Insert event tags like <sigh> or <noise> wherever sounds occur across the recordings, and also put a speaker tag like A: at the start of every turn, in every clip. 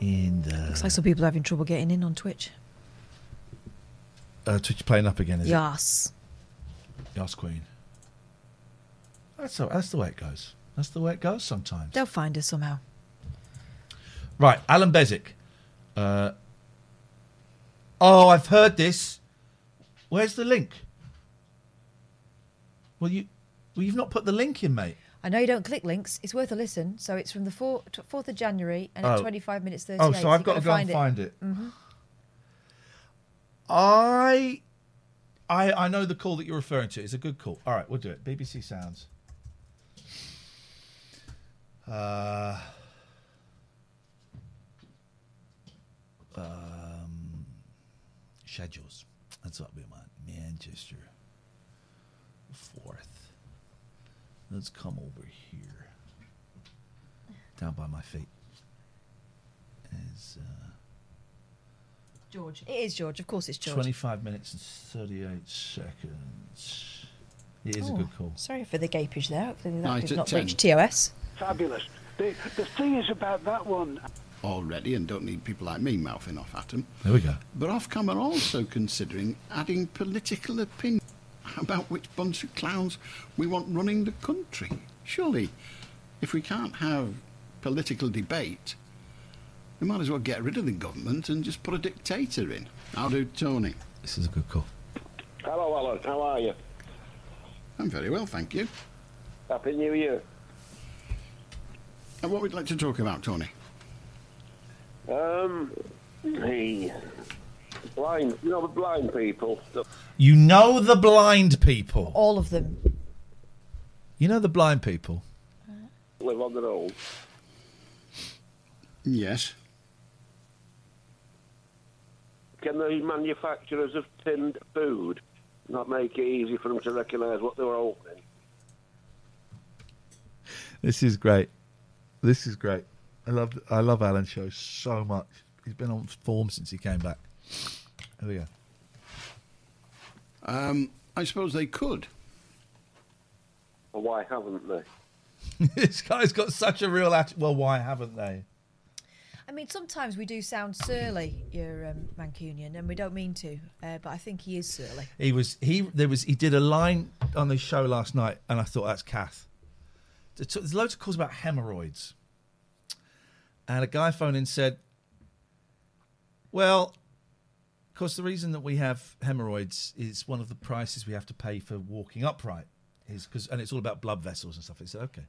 A: And uh,
B: It's like some people are having trouble getting in on Twitch.
A: uh, Twitch playing up again, is it?
B: yes.
A: Yes, Queen. That's the, that's the way it goes. That's the way it goes sometimes.
B: They'll find us somehow.
A: Right, Alan Bezic. Uh, oh, I've heard this. Where's the link? Well, you, well, you've not put the link in, mate.
B: I know you don't click links. It's worth a listen. So it's from the 4th, 4th of January and
A: Oh.
B: at 25 minutes 38.
A: Oh, so I've got to go and find it.
B: Mm-hmm.
A: I, I, I know the call that you're referring to. It's a good call. All right, we'll do it. BBC Sounds. Uh, um, schedules. That's what we want. Manchester. Fourth. Let's come over here. Down by my feet. Is, uh,
B: George. It is George. Of course it's George.
A: 25 minutes and 38 seconds. It is a good call.
B: Oh. Sorry for the gapage there. Hopefully that
C: Right,
B: did
C: at
B: not
C: 10.
B: reach TOS.
D: Fabulous. The, the thing is about that one,
C: already and don't need people like me mouthing off at them.
A: There we go.
C: But Ofcom are also considering adding political opinion about which bunch of clowns we want running the country. Surely, if we can't have political debate, we might as well get rid of the government and just put a dictator in. How do, Tony?
A: This is a good call.
E: Hello, Alan. How are you?
C: I'm very well, thank you.
E: Happy New Year.
C: And what we'd like to talk about, Tony?
E: Um, the blind, you know, the blind people. The,
A: You know the blind people.
B: All of them.
A: You know the blind people.
E: live on their own.
C: Yes.
E: Can the manufacturers of tinned food not make it easy for them to recognise what they were opening?
A: This is great. This is great. I love I love Alan Show so much. He's been on form since he came back. There we go.
C: Um, I suppose they could.
E: And why haven't they?
A: <laughs> this guy's got such a real attitude. Well, why haven't they?
B: I mean, sometimes we do sound surly, your um, Mancunian, and we don't mean to, uh, but I think he is surly.
A: He was he there was he did a line on the show last night, and I thought that's Kath. There took- There's loads of calls about hemorrhoids, and a guy phoned in and said, "Well, of course, the reason that we have hemorrhoids is one of the prices we have to pay for walking upright is because, and it's all about blood vessels and stuff." He said, "Okay."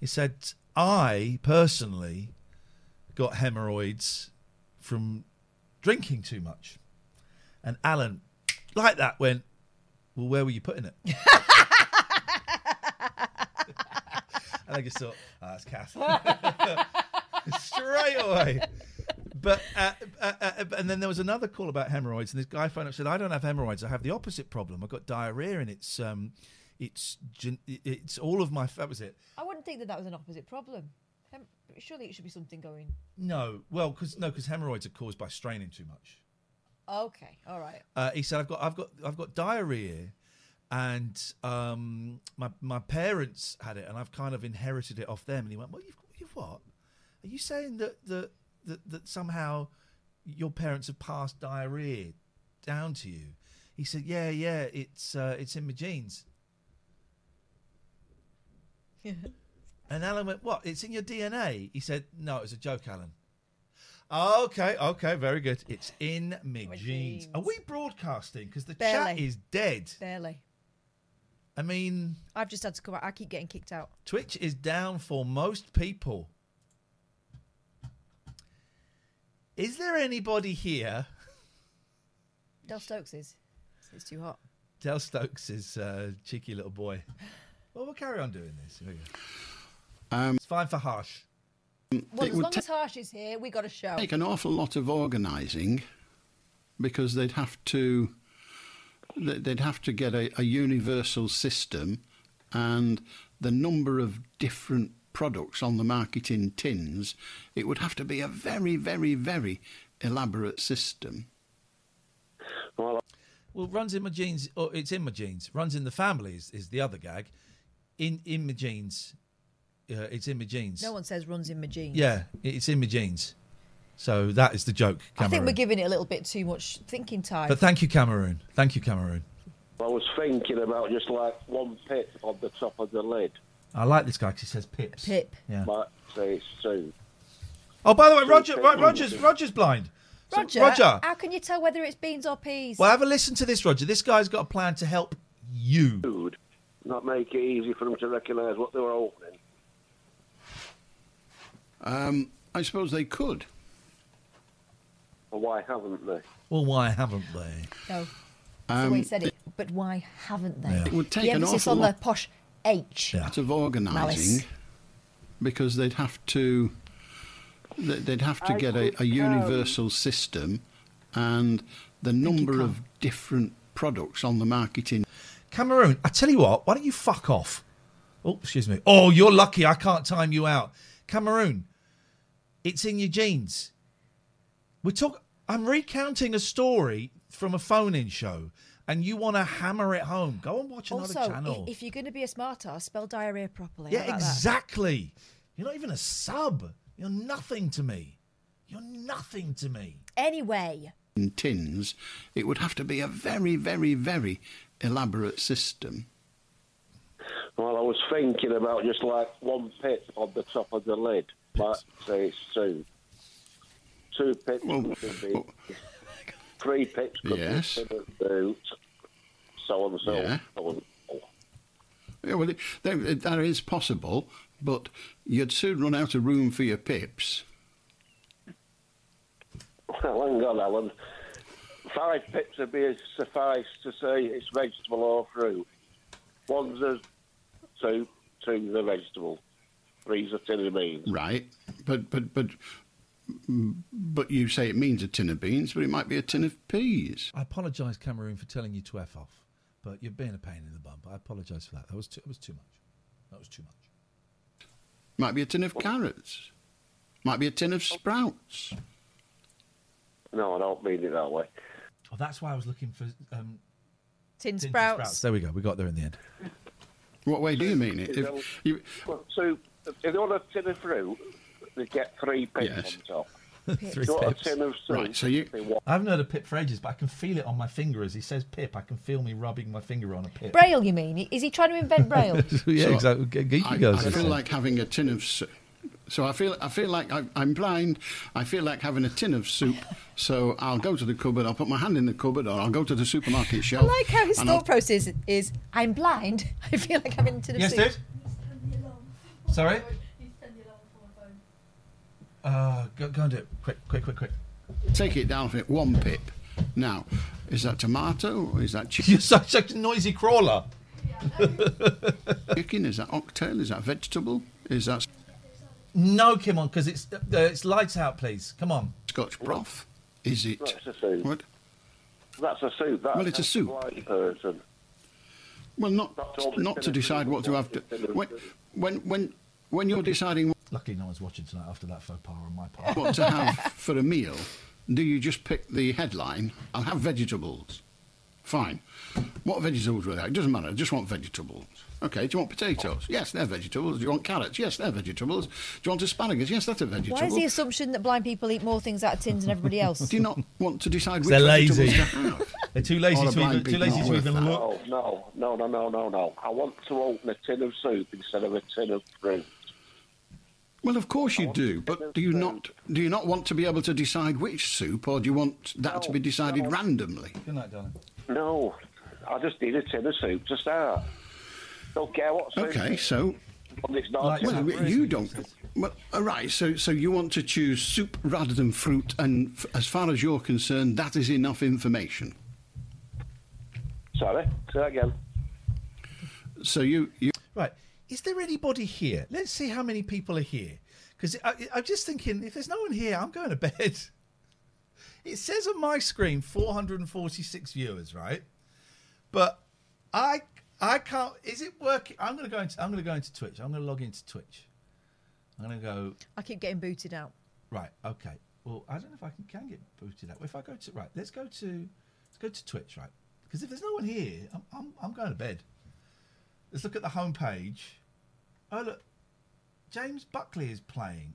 A: He said, "I personally got hemorrhoids from drinking too much." And Alan, like that, went, Well, where were you putting it? and I just thought, "Ah, oh, That's Kath. Straight away. But uh, uh, uh, that, and then there was another call about hemorrhoids, and this guy phoned up and said, "I don't have hemorrhoids. I have the opposite problem. I've got diarrhea, and it's um, it's gen- it's all of my that was it.
B: I wouldn't think that that was an opposite problem. Um, surely it should be something going.
A: No, well, because no, because hemorrhoids are caused by straining too much.
B: Okay, all right.
A: Uh, he said, "I've got I've got I've got diarrhea." And um, my my parents had it, and I've kind of inherited it off them. And he went, "Well, you've you've what? Are you saying that that that, that somehow your parents have passed diarrhea down to you?" He said, "Yeah, yeah, it's uh, it's in my genes." and Alan went, "What? It's in your DNA?" He said, "No, it was a joke, Alan." "Oh, Okay, okay, very good. It's in my
B: My
A: genes.
B: genes.
A: Are we broadcasting? Because the chat
B: Barely.
A: is dead.
B: Barely.
A: I mean,
B: I've just had to come out. I keep getting kicked out.
A: Twitch is down for most people. Is there anybody here?
B: Del Stokes is. It's too hot.
A: Del Stokes is uh, cheeky little boy. Well, we'll carry on doing this. Here we go.
C: Um,
A: it's fine for harsh.
B: Well,
C: It
B: as
C: would
B: long
C: ta-
B: as Harsh is here, we got a show.
C: take an awful lot of organising because they'd have to they- they'd have to get a, a universal system and the number of different products on the market in tins it would have to be a very very very elaborate system
E: Well,
A: Well, runs in my jeans. Or it's in my jeans. Runs in the family is, is the other gag. In in my jeans. Uh, it's in my jeans.
B: No one says runs in my jeans.
A: Yeah, it's in my jeans. So that is the joke.
B: I
A: Cameroon.
B: think we're giving it a little bit too much thinking time.
A: But thank you, Cameroon. Thank you, Cameroon.
E: I was thinking about just like one pip on the top of the lid,
A: I like this guy because he says pips.
B: Pip.
A: Yeah.
E: but say soon.
A: Oh, by the way, Roger,
E: Two
A: Ro-
E: pips.
A: Roger's, Roger's blind. So,
B: Roger,
A: Roger.
B: how can you tell whether it's beans or peas?
A: Well, have a listen to this, Roger. This guy's got a plan to help you.
E: Food, not make it easy for them to recognise what they were opening.
C: um, i suppose they could
E: Well, why haven't they?
A: Well, why haven't they?
B: no, that's the way he said it. But why haven't they?
A: Yeah.
C: um, It would take
B: the
C: an
B: emphasis
C: awful
B: on
C: lot-
B: the posh H.
A: Yeah.
C: lot of organising
B: Malice.
C: because they'd have to they- they'd have to
E: I
C: get a,
E: could
C: a universal system and the number of different products on the market in
A: Cameroon, I tell you what, why don't you fuck off? Oh, excuse me. Oh, you're lucky I can't time you out. Cameroon, it's in your genes. We're talk I'm recounting a story from a phone in show and you want to hammer it home. Go and watch another
B: Also, i-
A: channel.
B: if you're going to be a smart ass, spell diarrhea properly. How
A: yeah,
B: about that?
A: exactly. You're not even a sub. You're nothing to me. You're nothing to me.
B: Anyway,
C: tins it would have to be a very very very elaborate system
E: Well, I was thinking about just like one pip on the top of the lid, but say soon. Two pips
C: Well, oh.
E: could be, three pips could
C: Yes.
E: be for the boot, so on and so
C: Yeah.
E: on. so
C: yeah well it, that, that is possible but you'd soon run out of room for your pips
E: on. Well, hang on, Alan. Five pips would be suffice to say it's vegetable or fruit. One's a two, two's a vegetable, three's a tin of beans.
C: right but but but but you say it means a tin of beans but it might be a tin of peas
A: I apologise, Cameroon, for telling you to f off, but you're being a pain in the bum. But I apologise for that. That was too, that was too much. That was too much.
C: Might be a tin of carrots. Might be a tin of sprouts.
E: No, I don't mean it that way.
A: Oh, that's why I was looking for um,
B: tin
A: ginger
B: sprouts.
A: There we go. We got there in the end.
C: What way do you mean it?
E: <laughs>
C: If you,
E: Well, so if they want a tin of fruit, they get three pips
C: Yes.
E: on
A: <laughs>
E: top.
A: Three
E: If you want
A: pips.
E: a tin of soup,
C: Right, so you-
E: they want
A: I haven't heard of pip for ages, but I can feel it on my finger as he says pip. I can feel me rubbing my finger on a pip.
B: Braille, you mean? Is he trying to
A: <laughs>
B: invent Braille?
A: <laughs> yeah,
C: So
A: exactly. Geeky
C: I,
A: girls.
C: I feel like having a tin of soup. So I feel I feel like I, I'm blind. I feel like having a tin of soup. So I'll go to the cupboard. I'll put my hand in the cupboard, or I'll go to the supermarket
B: I
C: shelf.
B: like how his
C: and I'll-
B: thought process is I'm blind. <laughs> I feel like I'm in a tin of
A: yes,
B: soup.
A: dude. Sorry. Uh, go, go and do it. Quick, quick, quick, quick.
C: take it down from it. One pip. Now, is that tomato? Or is that chi-
A: You're <laughs> such, such a noisy crawler.
C: chicken? Is that oxtail? Is that vegetable? Is that
A: uh, No, Kim on, because it's uh, it's lights out, please. Come on.
C: Scotch broth? Is it?
E: Right, it's a soup.
C: What?
E: That's a soup. That,
C: Well, it's a
E: that's
C: soup.
E: blind person.
C: Well, not
E: That's all
C: not to
E: definitive
C: decide what to
E: what
C: have to.
E: definitive
C: When
E: is.
C: when when when you're deciding
A: Luckily, no one's watching tonight after that faux pas on my part.
C: what to have for a meal, do you just pick the headline? I'll have vegetables. Fine. What vegetables were they? It doesn't matter. I just want vegetables. Okay. Do you want potatoes? Yes, they're vegetables. Do you want carrots? Yes, they're vegetables. Do you want asparagus? Yes, that's a vegetable.
B: Why is the assumption that blind people eat more things out of tins than everybody else?
C: do you not want to decide which
A: They're
C: vegetables
A: lazy.
C: to
A: <laughs>
C: have?
A: They're too lazy
C: All
A: to
C: the blind
A: even, too
C: people
A: lazy
C: aren't
A: to
C: worth
A: even
C: that.
A: look.
E: No, no, no, no, no, no, no. I want to open a tin of soup instead of a tin of fruit.
C: Well, of course you
E: want to
C: do,
E: get
C: but
E: those
C: do you
E: things.
C: not do you not want to be able to decide which soup, or do you want that to
E: No,
C: be decided
E: no.
C: randomly?
A: Good night, darling.
E: No, I just need a tin of soup to start. Don't care what soup.
C: Okay, so
E: But it's not
A: Like
E: tin
C: well,
E: of
A: that.
E: fruit.
A: Where is
C: you
A: it?
C: don't. Well, all right. So, so you want to choose soup rather than fruit, and f- as far as you're concerned, that is enough
B: <laughs>
C: information.
E: Sorry, say that again.
C: So you, you
A: Right. Is there anybody here? Let's see how many people are here. Because I'm just thinking, if there's no one here, I'm going to <laughs> bed. It says on my screen 446 viewers, right? But I I can't. Is it working? I'm going to go into I'm going to go into Twitch. I'm going to log into Twitch. I'm going to go
B: I keep getting booted out.
A: Right. Okay. Well, I don't know if I can, can get booted out. If I go to right, let's go to let's go to Twitch, right? Because if there's no one here, I'm, I'm I'm going to bed. Let's look at the homepage. Oh look, James Buckley is playing.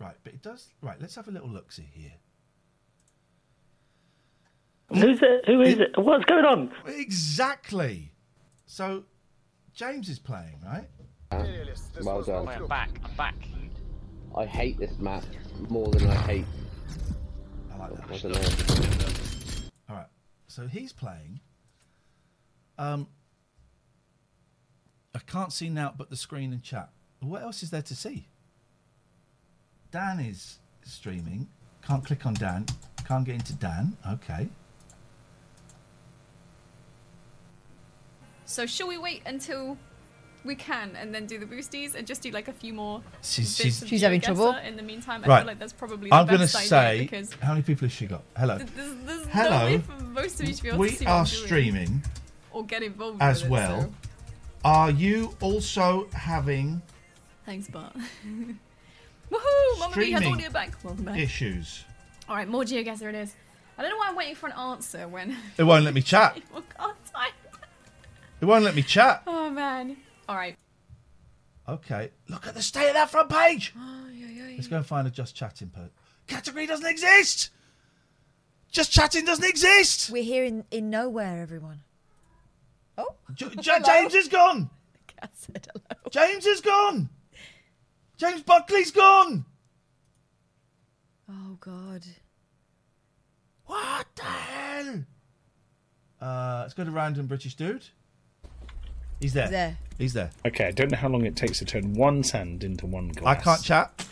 A: Right, but it does. Right, let's have a little look see here.
F: Who's it? Who is it? What's going on?
A: Exactly. So, James is playing, right?
G: Well done.
F: I'm back. I'm back.
G: I hate this map more than I hate.
A: I like that.
G: I don't know.
A: All right. So he's playing. Um, I can't see now, but the screen and chat. What else is there to see? Dan is streaming. Can't click on Dan. Can't get into Dan. Okay.
H: So shall we wait until we can and then do the boosties and just do like a few more?
A: She's,
H: bits
A: she's
H: of
B: She's having
H: geoguessr
B: trouble.
H: In the meantime, Um, I
A: Right.
H: feel like that's probably the
A: I'm going to
H: best idea
A: say.
H: because
A: How many people has she got? Hello.
H: th- there's, there's
A: Hello.
H: no way for most of you to be able to
A: We
H: see what
A: are
H: I'm doing
A: streaming
H: or get involved
A: as
H: with it,
A: well.
H: so
A: Are you also having
H: Thanks, Bart. <laughs> Woohoo! Mamma Mia has
A: Streaming.
H: audio back. Welcome back.
A: issues?
H: All right, more geoguessr it is. I don't know why I'm waiting for an answer when <laughs>
A: It won't let me chat.
H: people can't type.
A: It won't let me chat.
H: Oh man. All right.
A: Okay. Look at the state of that front page.
B: Oh, yeah, yeah, yeah.
A: Let's go and find a just chatting
B: <laughs>
A: per category doesn't exist. Just chatting doesn't exist.
B: We're here in, in nowhere, everyone. Oh, <laughs>
A: J- J-
B: Hello.
A: James is gone.
B: Kat said hello.
A: James is gone. James Buckley's gone.
B: Oh, God.
A: What the hell? Uh, let's go to random British dude. He's there.
B: He's there.
A: He's there.
I: Okay, I don't know how long it takes to turn one sand into one
A: I
I: glass.
A: can't chat.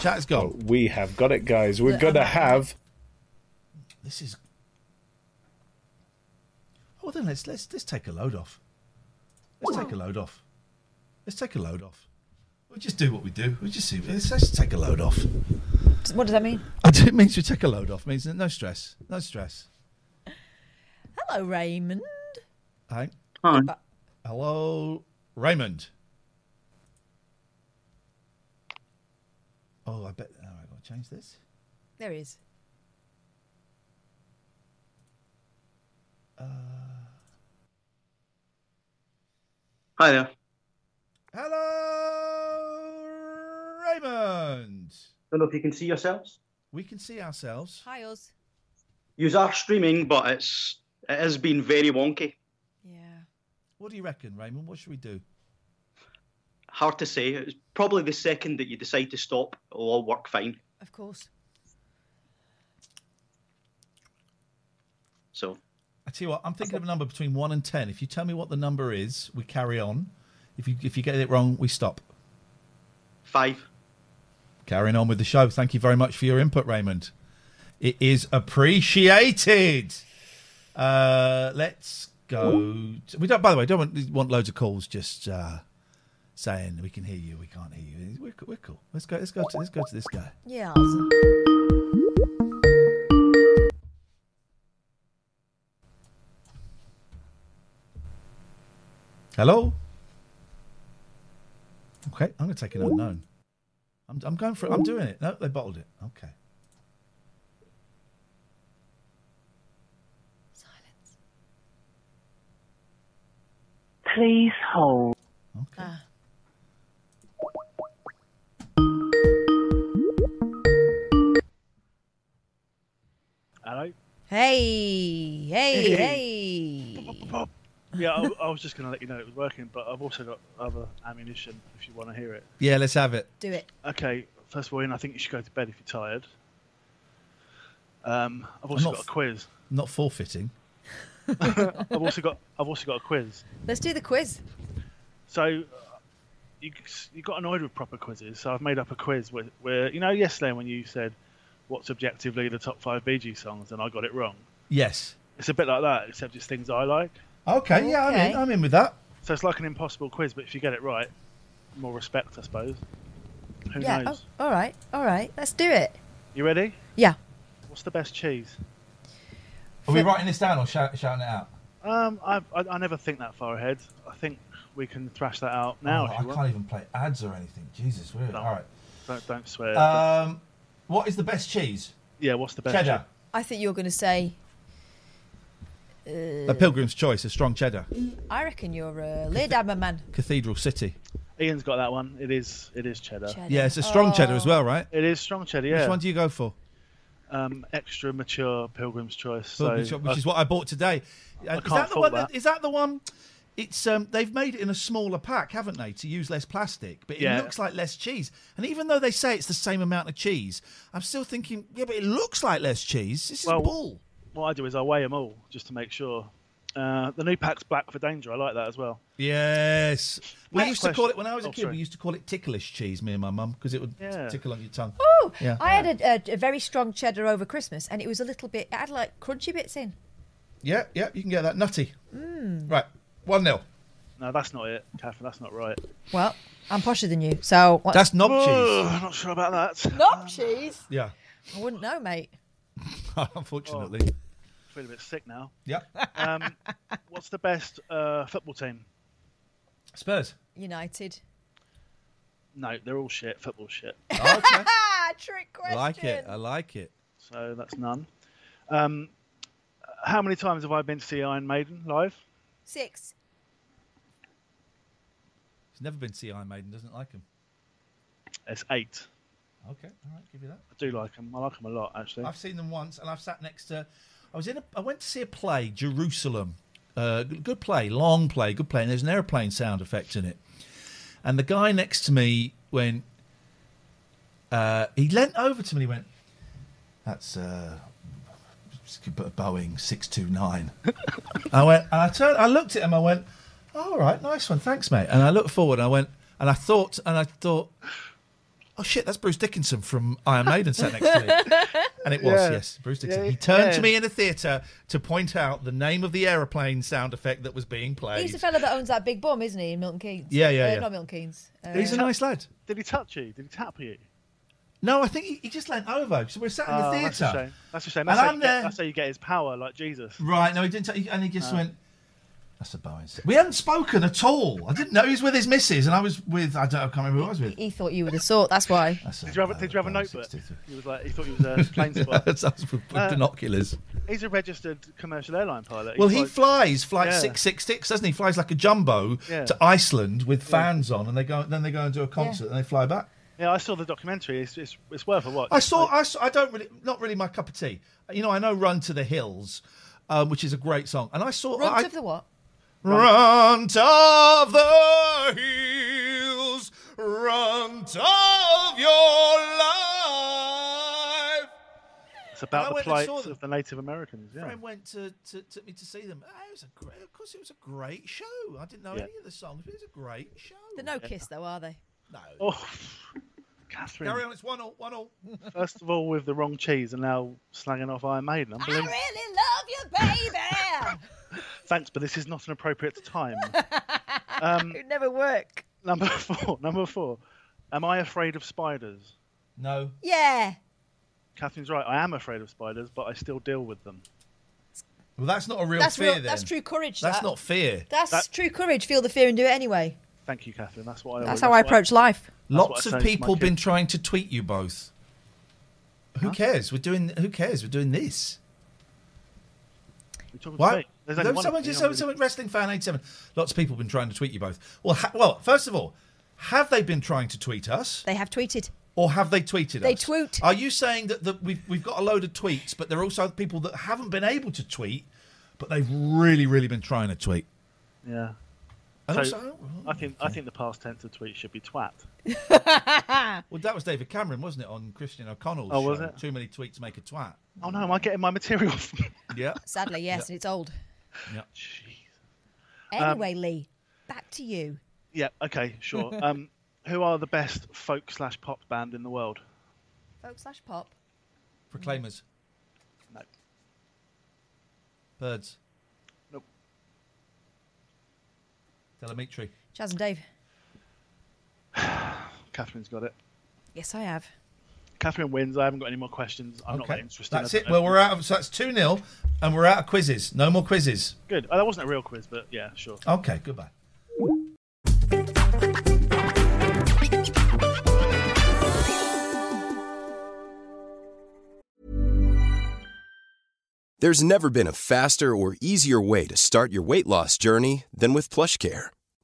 A: Chat is gone.
I: We have got it, guys. We're
B: Look,
I: gonna
B: I'm not-
I: have.
A: This is. Oh, then let's let's let's take a load off. Let's take a load off. Let's take a load off. We'll just do what we do. We'll just see. Let's, let's take a load off.
B: What does that mean?
A: I do, it means we take a load off. Means no stress. No stress.
B: Hello, Raymond.
A: Hang.
F: Hi.
A: Uh, Hello, Raymond. Oh, I bet. All right, I'll change this.
B: There he is.
F: Hi there.
A: Hello, Raymond.
F: Don't know if you can see yourselves.
A: We can see ourselves.
B: Hi, Oz.
F: You are streaming, but it's it has been very wonky.
B: Yeah.
A: What do you reckon, Raymond? What should we do?
F: Hard to say. It's probably the second that you decide to stop, it'll all work fine.
B: Of course.
F: So
A: I tell you what, I'm thinking of a number between one and ten. If you tell me what the number is, we carry on. If you if you get it wrong, we stop.
F: five.
A: Carrying on with the show. Thank you very much for your input, Raymond. It is appreciated. Uh, let's go. To, we don't. By the way, don't want, want loads of calls. Just uh, saying we can hear you. We can't hear you. We're, we're cool. Let's go. Let's go to. Let's go to this guy.
B: Yeah, Oz.
A: Hello. Okay, I'm gonna take an unknown. I'm, I'm going for it. I'm doing it. No, they bottled it. Okay.
J: Please hold.
K: Ah.
L: Hello.
B: Hey, hey, hey.
L: Yeah, I, I was just going to let you know it was working, but I've also got other ammunition if you want to hear it.
A: Yeah, let's have it.
B: Do it.
L: Okay, first of all, Ian, I think you should go to bed if you're tired. Um, I've also
A: not
L: got a quiz.
A: Not forfeiting.
L: I've also got I've also got a quiz.
B: Let's do the quiz.
L: So uh, you you got annoyed with proper quizzes, so I've made up a quiz where, where you know yesterday when you said what's objectively the top five Bee Gees songs, and I got it wrong.
A: Yes.
L: It's a bit like that, except it's things I like.
A: Okay. Yeah, I'm in. I'm in with that.
L: So it's like an impossible quiz, but if you get it right, more respect, I suppose. Who
B: yeah.
L: knows?
B: Oh, all right. All right. Let's do it.
A: oh.
L: You ready?
B: Yeah.
L: What's the best cheese?
A: Are we writing this down or shout, shouting it out?
L: Um, I, I I never think that far ahead. I think we can thrash that out now.
A: Oh,
L: if you
A: I
L: want.
A: can't even play ads or anything. Jesus, weird. All right.
L: Don't don't swear.
A: Um, what is the best cheese?
L: Yeah, what's the best?
A: Cheddar.
B: I think you're going to say. Uh,
A: A Pilgrim's Choice, a strong cheddar.
B: I reckon you're a Leerdammer
A: <laughs>
B: man.
A: Cathedral City.
L: Ian's got that one. It is it is cheddar.
B: Cheddar.
A: Yeah, it's a strong cheddar as well, right?
L: It is strong cheddar. Yeah.
A: Which one do you go for?
L: Um, extra mature Pilgrim's Choice.
A: Pilgrim's
L: so
A: Choice, which is what I bought today. Uh,
L: can't
A: is that the
L: fault
A: one?
L: that.
A: is that the one? It's um, they've made it in a smaller pack, haven't they, to use less plastic? But it
L: Yeah.
A: looks like less cheese. And even though they say it's the same amount of cheese, I'm still thinking, yeah, but it looks like less cheese. This is
L: Well,
A: bull.
L: What I do is I weigh them all just to make sure. Uh, the new pack's black for danger. I like that as well.
A: Yes. We
L: Next
A: used to
L: question.
A: call it when I was a
L: Oh,
A: kid.
L: sorry.
A: We used to call it ticklish cheese. Me and my mum, because it would
L: Yeah.
A: tickle on your tongue.
B: Oh,
A: Yeah.
B: I had a, a, a very strong cheddar over Christmas, and it was a little bit. It had like crunchy bits in.
A: Yeah, yeah, you can get that nutty. <laughs>
B: Mm.
A: Right, one 0
L: No, that's not it, Catherine. That's not right.
B: Well, I'm posher than you, so what?
A: That's knob
L: Oh, I'm not sure about that.
B: Knob cheese.
A: Yeah,
B: I wouldn't know, mate.
A: unfortunately.
L: Oh. I feel a bit sick now.
A: Yeah.
L: Um, what's the best uh, football team?
A: Spurs.
B: United.
A: <laughs>
L: No, they're all shit. Football shit.
B: Ah, trick question.
A: I like it.
L: So that's none. Um, how many times have I been to see Iron Maiden live?
B: Six.
A: He's never been to see Iron Maiden. Doesn't like him.
L: It's eight.
A: Okay, all right, give you that.
L: I do like them. I like them a lot, actually.
A: I've seen them once, and I've sat next to. I was in. A, I went to see a play, Jerusalem. Uh, g- good play, long play, good play. And there's an airplane sound effect in it. And the guy next to me went. Uh, he leant over to me. and He went. That's uh, just keep a Boeing six
L: <laughs>
A: two nine. I went. And I turned. I looked at him. I went. All right, nice one, thanks, mate. And I looked forward. and I went. And I thought. And I thought. Oh shit! That's Bruce Dickinson from Iron Maiden sat next to me.
L: <laughs>
A: And it was,
L: Yeah.
A: yes, Bruce Dixon.
L: Yeah,
A: he turned
L: yeah.
A: to me in the theatre to point out the name of the aeroplane sound effect that was being played.
B: He's the fella that owns that big bum, isn't he, in Milton Keynes?
A: Yeah, yeah,
B: Uh,
A: yeah.
B: Not Milton Keynes. Uh,
A: He's a nice lad.
L: Did he touch you? Did he tap you?
A: No, I think he, he just leant over. So we're sat in the
L: Oh,
A: theatre.
L: That's a shame. That's a shame.
A: And
L: That's, how
A: I'm
L: you get,
A: there-
L: that's how you get his power, like Jesus.
A: Right, no, he didn't. T- and he just
L: No.
A: went, that's a Boeing. six." We hadn't spoken at all. I didn't know he was with his missus, and I was with, I, don't, I can't remember who I was with.
B: He thought you were the sort. That's why.
L: Did you have, a- did you have a notebook? He was like, he thought he was
A: <laughs>
L: a plane spy.
A: That sounds with, with
L: Uh,
A: binoculars.
L: He's a registered commercial airline pilot.
A: Well, he
L: flies-
A: flies flight
L: Yeah.
A: six six six, doesn't he? Flies like a jumbo
L: Yeah.
A: to Iceland with fans on, and they go, then they go and do a concert, and they fly back.
L: Yeah, I saw the documentary. It's, it's, it's worth a watch.
A: I saw, I saw. I don't really, not really my cup of tea. You know, I know "Run to the Hills," um, which is a great song, and I saw
B: Runt
A: I,
B: of the what?
A: Run of the hills, run of your life.
L: It's
A: I
L: about the
A: went and
L: plight
A: saw them.
L: of the Native Americans. Yeah.
A: Friend went to, to took me to see them. Oh, it was a great, of course, it was a great show. I didn't know
L: Yeah.
A: any of the songs, but it was a great show.
B: They're no kiss, though, are they?
A: No.
L: Oh, <laughs> Catherine.
A: Carry on, it's one all, one all.
L: First of all, with the wrong cheese, and now slagging off Iron Maiden.
B: I really
L: Unbelievable.
B: love you,
M: <laughs>
B: baby.
L: Thanks, but this is not an
B: <laughs>
L: appropriate time. Um,
B: It'd never work.
L: number four. <laughs> Number four. Am I afraid of spiders?
A: No.
B: Yeah.
L: Catherine's right. I am afraid of spiders, but I still deal with them.
A: Well, that's not a real
B: that's
A: fear.
B: real,
A: then.
B: that's true courage.
A: That's
B: that.
A: not fear.
B: That's true courage. Feel the fear and do it anyway.
L: Thank you, Catherine. That's what I.
B: That's how
L: always-
B: I approach life.
A: Lots
L: what I
A: of
L: say to my
A: people been
L: kids.
A: trying to tweet you both. Who cares? We're doing. Who cares? We're doing this.
L: You're talking to
A: Why?
L: me. There's only
A: No,
L: one
A: someone
L: of me,
A: just
L: I'm
A: someone, someone wrestling fan eighty seven. Lots of people been trying to tweet you both. Well, ha- well, first of all, have they been trying to tweet us?
B: They have tweeted.
A: Or have they tweeted
B: They
A: us?
B: tweet.
A: Are you saying that the, we've we've got a load of tweets, but there are also people that haven't been able to tweet, but they've really really been trying to tweet.
L: Yeah.
A: And
L: So,
A: also-
L: I think I think the past tense of tweet should be twat.
A: Well, that was David Cameron, wasn't it, on Christian O'Connell's
L: Oh,
A: show?
L: was it?
A: Too many tweets make a twat.
L: Oh no, am I getting my <laughs> material? From...
A: Yeah.
B: Sadly, yes,
L: Yeah.
B: it's old.
A: yeah.
L: Um,
B: Anyway, Lee, back to you.
L: Yeah. Okay.
A: <laughs>
L: Sure. Um, who are the best folk slash pop band in the world?
B: Folk slash pop.
A: Proclaimers.
L: No.
A: Birds.
L: Nope.
A: Delamitri.
B: Chaz and Dave.
L: Catherine's got it.
B: Yes, I have.
L: Catherine wins. I haven't got any more questions. I'm not that interested.
A: That's it. Well, we're out of so that's two 0 and we're out of quizzes. No more quizzes.
L: Good. Oh, that wasn't a real quiz, but yeah, sure.
A: Okay, goodbye.
N: There's never been a faster or easier way to start your weight loss journey than with PlushCare.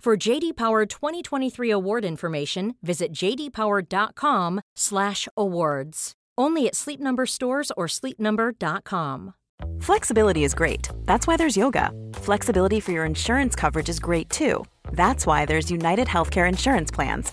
O: For JD Power 2023 award information, visit jdpower.com/awards. Only at Sleep Number stores or sleepnumber.com.
J: Flexibility is great. That's why there's yoga. Flexibility for your insurance coverage is great too. That's why there's United Healthcare Insurance Plans.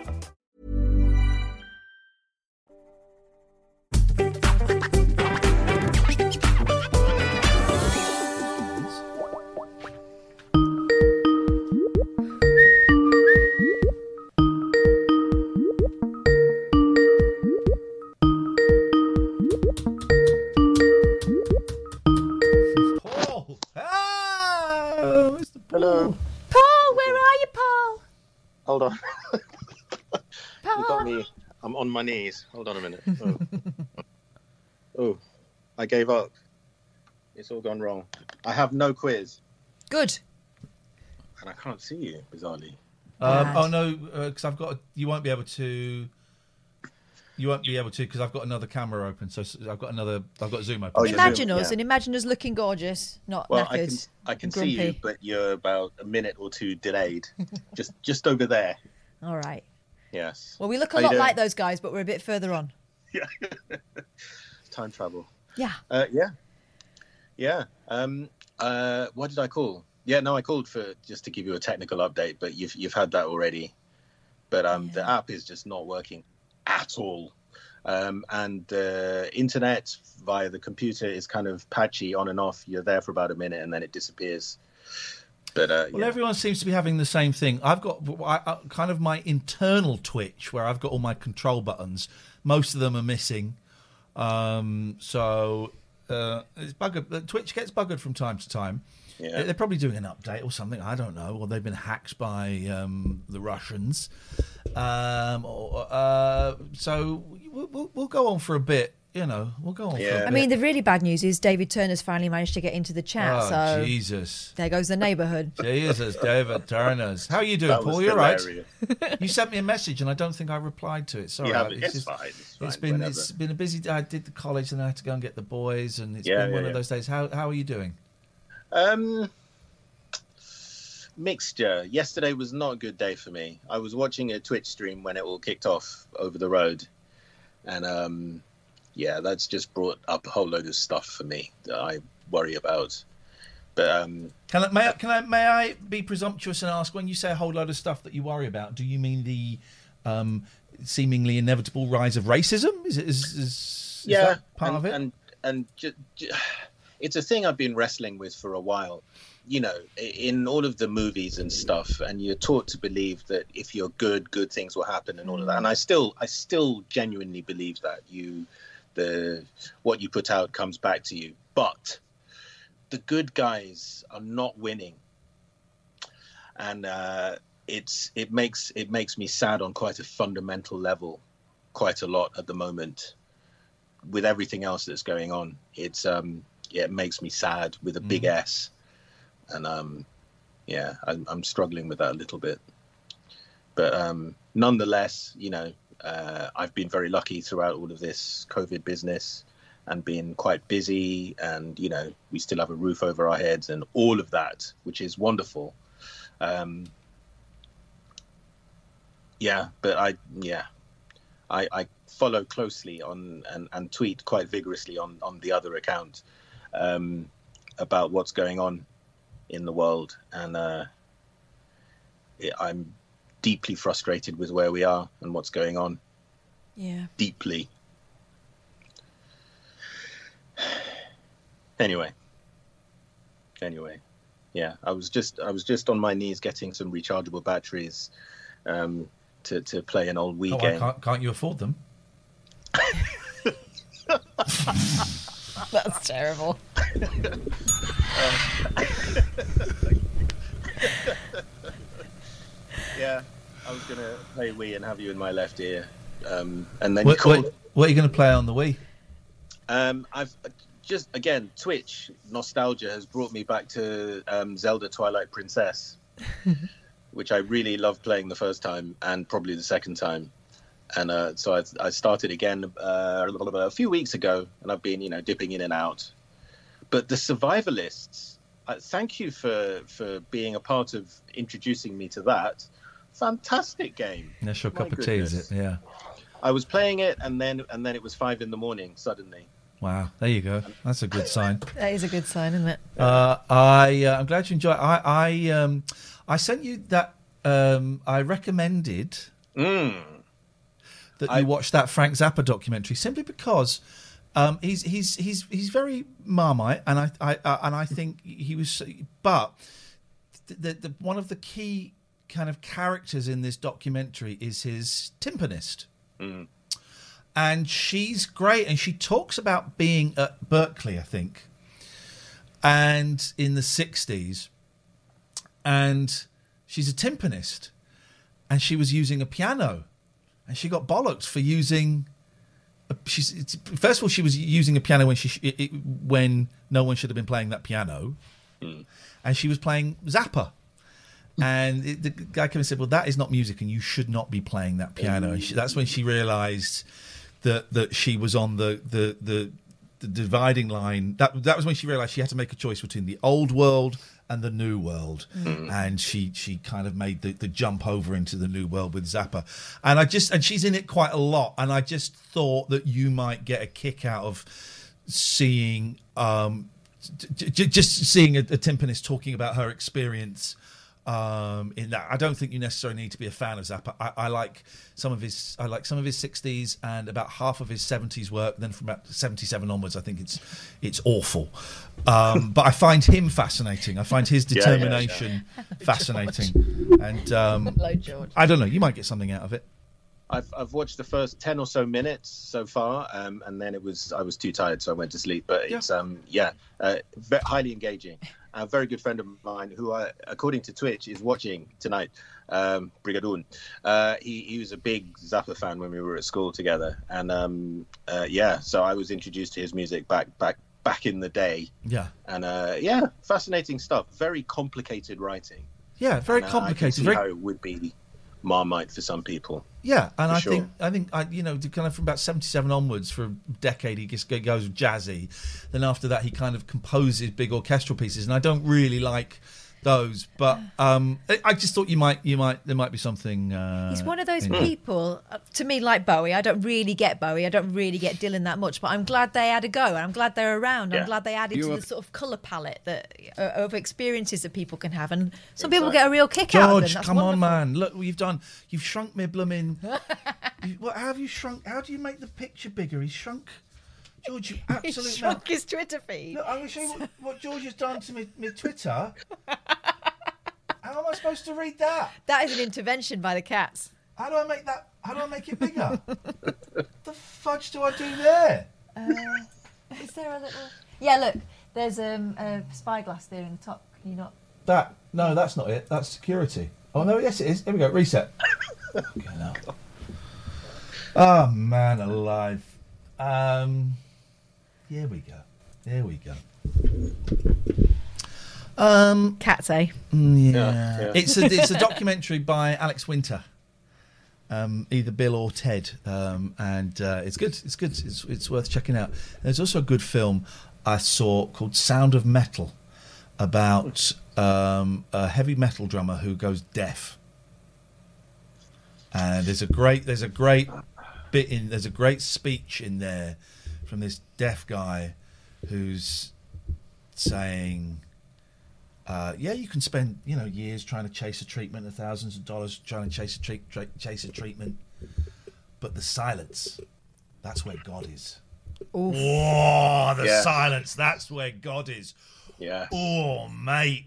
A: Paul. Hello.
B: Oh,
M: Hello.
B: Paul, where are you, Paul? <laughs>
M: Hold on. you got
B: Paul.
M: me. I'm on my knees. Hold on
B: <laughs>
M: a minute. Oh, oh I gave up. It's all gone wrong. I have no quiz,
B: Good.
M: and I can't see you, bizarrely.
A: Um, oh no, because I've got. A, you won't be able to. You won't be able to because I've got another camera open. So s- I've got another. I've got Zoom open.
M: Oh,
A: so-
B: imagine us and imagine us looking gorgeous, not
M: Well, I can
B: knackered.
M: I can
B: grumpy.
M: see you, but you're about a minute or two delayed. just just over
B: <laughs>
M: there.
B: All right.
M: Yes.
B: Well, we look
M: How
B: a
M: you
B: lot
M: doing?
B: like those guys, but we're a bit further on.
M: Time travel.
B: Yeah.
M: Uh, yeah, yeah. Um, uh, what did I call? Yeah, no, I called for just to give you a technical update, but you've you've had that already. But um, the app is just not working at all, um, and the internet via the computer is kind of patchy on and off. You're there for about a minute, and then it disappears. But uh,
A: Well, everyone seems to be having the same thing. I've got I, I, kind of my internal twitch where I've got all my control buttons. Most of them are missing. Um, so uh, it's buggered. uh, Twitch gets buggered from time to time.
M: Yeah.
A: They're probably doing an update or something. I don't know. Or they've been hacked by um, the Russians. Um, or, uh, so we'll, we'll, we'll go on for a bit you know, we'll go on. for a
B: I
A: bit.
B: mean, the really bad news is David Turner's finally managed to get into the chat.
A: Oh,
B: so
A: Jesus.
B: there goes the neighbourhood.
A: Jesus, David Turner's. How you doing,
B: That was
A: Paul? You're
M: <laughs>
A: right.
B: hilarious.
A: <laughs> You sent me a message and I don't think I replied to it. Sorry,
M: Yeah,
A: I-
M: but it's fine, it's
A: it's
M: fine,
A: been
M: whenever.
A: it's been a busy day. I did the college and I had to go and get the boys, and it's
M: Yeah,
A: been
M: yeah,
A: one
M: yeah.
A: of those days. How how are you doing?
M: Um, mixture. Yesterday was not a good day for me. I was watching a Twitch stream when it all kicked off over the road, and um, yeah, that's just brought up a whole load of stuff for me that I worry about. But um,
A: Can I, may I, can I may I be presumptuous and ask when you say a whole load of stuff that you worry about? Do you mean the um, seemingly inevitable rise of racism? Is it is, is, is
M: yeah,
A: that part
M: and,
A: of it?
M: and and ju- ju- <sighs> it's a thing I've been wrestling with for a while. You know, i- in all of the movies and stuff, and you're taught to believe that if you're good, good things will happen, and all of that. And I still, I still genuinely believe that you, the what you put out comes back to you. But the good guys are not winning, and uh, it's it makes it makes me sad on quite a fundamental level, quite a lot at the moment with everything else that's going on, it's um yeah, it makes me sad with a big S, and um yeah, I'm, I'm struggling with that a little bit. But um nonetheless, you know, uh, I've been very lucky throughout all of this COVID business and been quite busy, and you know, we still have a roof over our heads and all of that, which is wonderful. Um, yeah, but I yeah, I, I follow closely on and, and tweet quite vigorously on, on the other account um, about what's going on in the world. And uh, it, I'm deeply frustrated with where we are and what's going on.
B: Yeah.
M: Deeply. <sighs> Anyway. Anyway. Yeah, I was just I was just on my knees getting some rechargeable batteries um, to to play an old Wii
A: Oh, why
M: game.
A: can't, can't you afford them?
B: That's terrible.
M: <laughs> Yeah, I was gonna play Wii and have you in my left ear, um, and then you
A: What,
M: called.
A: what, what are you going to play on the Wii?
M: Um, I've just again Twitch nostalgia has brought me back to um, Zelda Twilight
P: <laughs>
M: Princess, which I really loved playing the first time and probably the second time, and uh, so I, I started again uh, a few weeks ago, and I've been you know dipping in and out, but the survivalists. Uh, thank you for for being a part of introducing me to that. Fantastic game.
A: That's your
M: My
A: cup of tea,
M: goodness.
A: is it? Yeah.
M: I was playing it, and then and then it was five in the morning suddenly.
A: Wow. There you go. That's a good sign.
B: That is a good sign, isn't it?
A: Uh, I uh, I'm glad you enjoy. I I um I sent you that um I recommended that you watch that Frank Zappa documentary simply because um he's he's he's he's very marmite and I I uh, and I think he was but the, the one of the key kind of characters in this documentary is his timpanist and she's great and she talks about being at berkeley i think and in the 60s and she's a timpanist and she was using a piano and she got bollocks for using a, she's it's, first of all she was using a piano when she sh- it, it, when no one should have been playing that piano and she was playing zappa Mm. and it, the guy came and said well that is not music and you should not be playing that piano and she, that's when she realized that that she was on the the the the dividing line that that was when she realized she had to make a choice between the old world and the new world
P: Mm.
A: and she she kind of made the, the jump over into the new world with zappa and i just and she's in it quite a lot and i just thought that you might get a kick out of seeing um j- j- just seeing a, a timpanist talking about her experience um in that i don't think you necessarily need to be a fan of zappa I, I like some of his i like some of his 60s and about half of his 70s work then from about 77 onwards i think it's it's awful um but i find him fascinating i find his
P: <laughs> Yeah, yeah, yeah.
A: determination
P: George.
A: fascinating
M: <laughs>
A: and um
P: Hello, George.
A: i don't know you might get something out of it
M: I've I've watched the first ten or so minutes so far, um, and then it was I was too tired, so I went to sleep. But it's um yeah, uh, ve- highly engaging. a very good friend of mine who, I, according to Twitch, is watching tonight, um, Brigadoon. Uh, he, he was a big Zappa fan when we were at school together, and um, uh, yeah, so I was introduced to his music back back back in the day,
A: Yeah.
M: and uh, yeah, fascinating stuff. Very complicated writing.
A: Yeah, very
M: And, uh, I can
A: complicated,
M: see
A: very-
M: how it would be marmite for some people.
A: Yeah, and
M: For
A: I
M: sure.
A: think I think I, you know to kind of from about seventy seven onwards for a decade he just goes jazzy, then after that he kind of composes big orchestral pieces, and I don't really like those,
B: <sighs>
A: but um, I- I just thought you might you might there might be something. Uh,
B: He's one of those
A: in-
B: people, uh, to me, like Bowie. I don't really get Bowie. I don't really get Dylan that much, but I'm glad they had a go. and I'm glad they're around.
A: Yeah.
B: I'm glad they added
A: You
B: to
A: are-
B: the sort of colour palette that uh, of experiences that people can have. And some people get a real kick
A: George,
B: out of them. That's
A: come
B: wonderful.
A: on, man! Look, what you've done. You've shrunk
B: <laughs>
A: me, blooming. you, what, how have you shrunk? How do you make the picture bigger? He's shrunk.
B: <laughs>
A: George, you absolute.
B: He
A: man.
B: shrunk his Twitter feed.
A: Look, I'm going to show you what, what George has done to me, me Twitter. How am I supposed to read that?
B: That is an intervention by the cats.
A: How do I make that? How do I make it bigger? <laughs> the fudge do I do there?
B: Uh, <laughs> is there a little? Yeah, look. There's um, a spyglass there in the top. Can you not?
A: That no, that's not it. That's security. Oh no, yes it is. Here we go. Reset. Fucking hell. Oh man, alive. Um, here we go. Here we go. Um,
B: cats, eh?
A: Mm, Yeah.
B: yeah.
A: It's a it's a documentary by Alex Winter. Um, either Bill or Ted, um, and uh, it's good. It's good. It's it's worth checking out. There's also a good film I saw called Sound of Metal about um, a heavy metal drummer who goes deaf. And there's a great there's a great bit in there's a great speech in there from this deaf guy who's saying uh, yeah, you can spend you know years trying to chase a treatment, of thousands of dollars trying to chase a treat, tra- chase a treatment, but the silence—that's where God is.
B: Oof.
A: Oh, the
M: Yeah.
A: silence—that's where God is.
M: Yeah.
A: Oh, mate.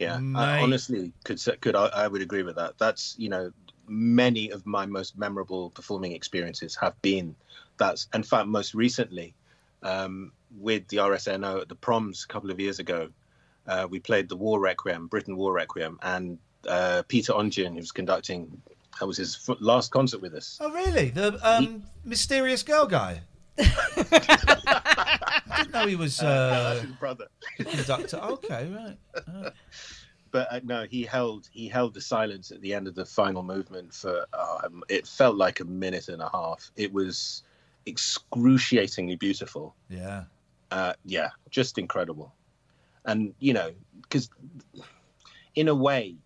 M: Yeah, I
A: Mate.
M: honestly could say- could I, I would agree with that. That's you know many of my most memorable performing experiences have been that's in fact most recently um, with the RSNO at the proms a couple of years ago. Uh, we played the War Requiem, Britain War Requiem, and uh, Peter Ongian, who was conducting, that was his f- last concert with us.
A: Oh, really? The um, mysterious girl guy. I didn't know he was
M: Uh,
A: uh,
M: his brother.
A: conductor. Okay, right.
M: <laughs> but uh, no, he held he held the silence at the end of the final movement for um, it felt like a minute and a half. It was excruciatingly beautiful.
A: Yeah.
M: Uh, yeah, just incredible. And you know, because in a way,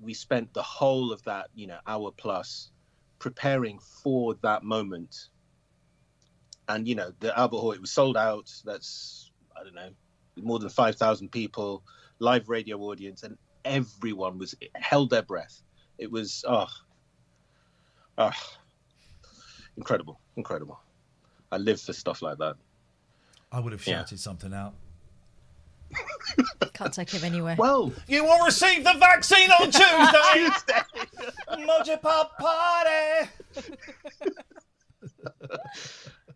M: we spent the whole of that you know hour plus preparing for that moment. And you know, the Albert Hall it was sold out. That's I don't know, more than five thousand people, live radio audience, and everyone was held their breath. It was oh, oh incredible, incredible. I live for stuff like that.
A: I would have
M: Yeah.
A: shouted something out.
B: <laughs> Can't take him anywhere.
M: Well,
A: you will receive the
B: <laughs>
A: vaccine on Tuesday. Mojo Pop Party.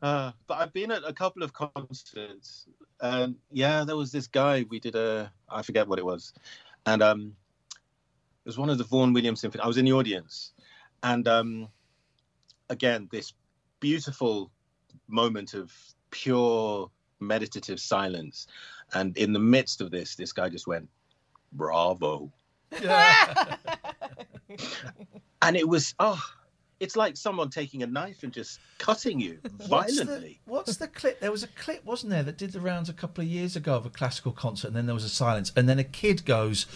M: Uh, <laughs> but I've been at a couple of concerts. Um, yeah, there was this guy we did a I forget what it was, and um, it was one of the Vaughan Williams symphony. I was in the audience, and um, again this beautiful moment of pure meditative silence, and in the midst of this, this guy just went, "Bravo." <laughs>
B: <laughs>
M: and it was oh it's like someone taking a knife and just cutting you violently
A: What's the, what's the clip? There was a clip, wasn't there, that did the rounds a couple of years ago of a classical concert, and then there was a silence, and then a kid goes,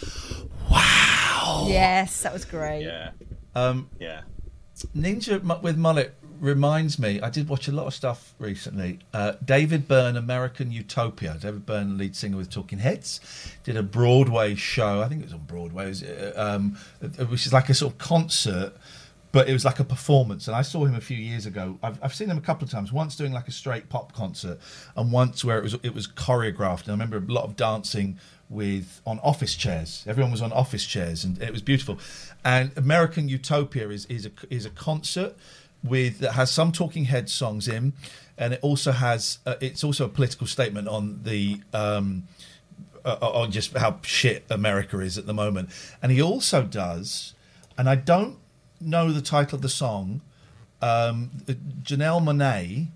B: Yes, that was great. Yeah.
A: um,
M: "Yeah,
A: Ninja Mu- with mullet." Reminds me, I did watch a lot of stuff recently. Uh, David Byrne, American Utopia. David Byrne, lead singer with Talking Heads, did a Broadway show. I think it was on Broadway, it was, uh, um, uh, which is like a sort of concert, but it was like a performance. And I saw him a few years ago. I've, I've seen him a couple of times. Once doing like a straight pop concert, and once where it was it was choreographed. And I remember a lot of dancing with on office chairs. Everyone was on office chairs, and it was beautiful. And American Utopia is is a is a concert with that has some Talking Head songs in, and it also has uh, it's also a political statement on the. Um, uh, on just how shit America is at the moment. And he also does, and I don't know the title of the song, um, the Janelle Monet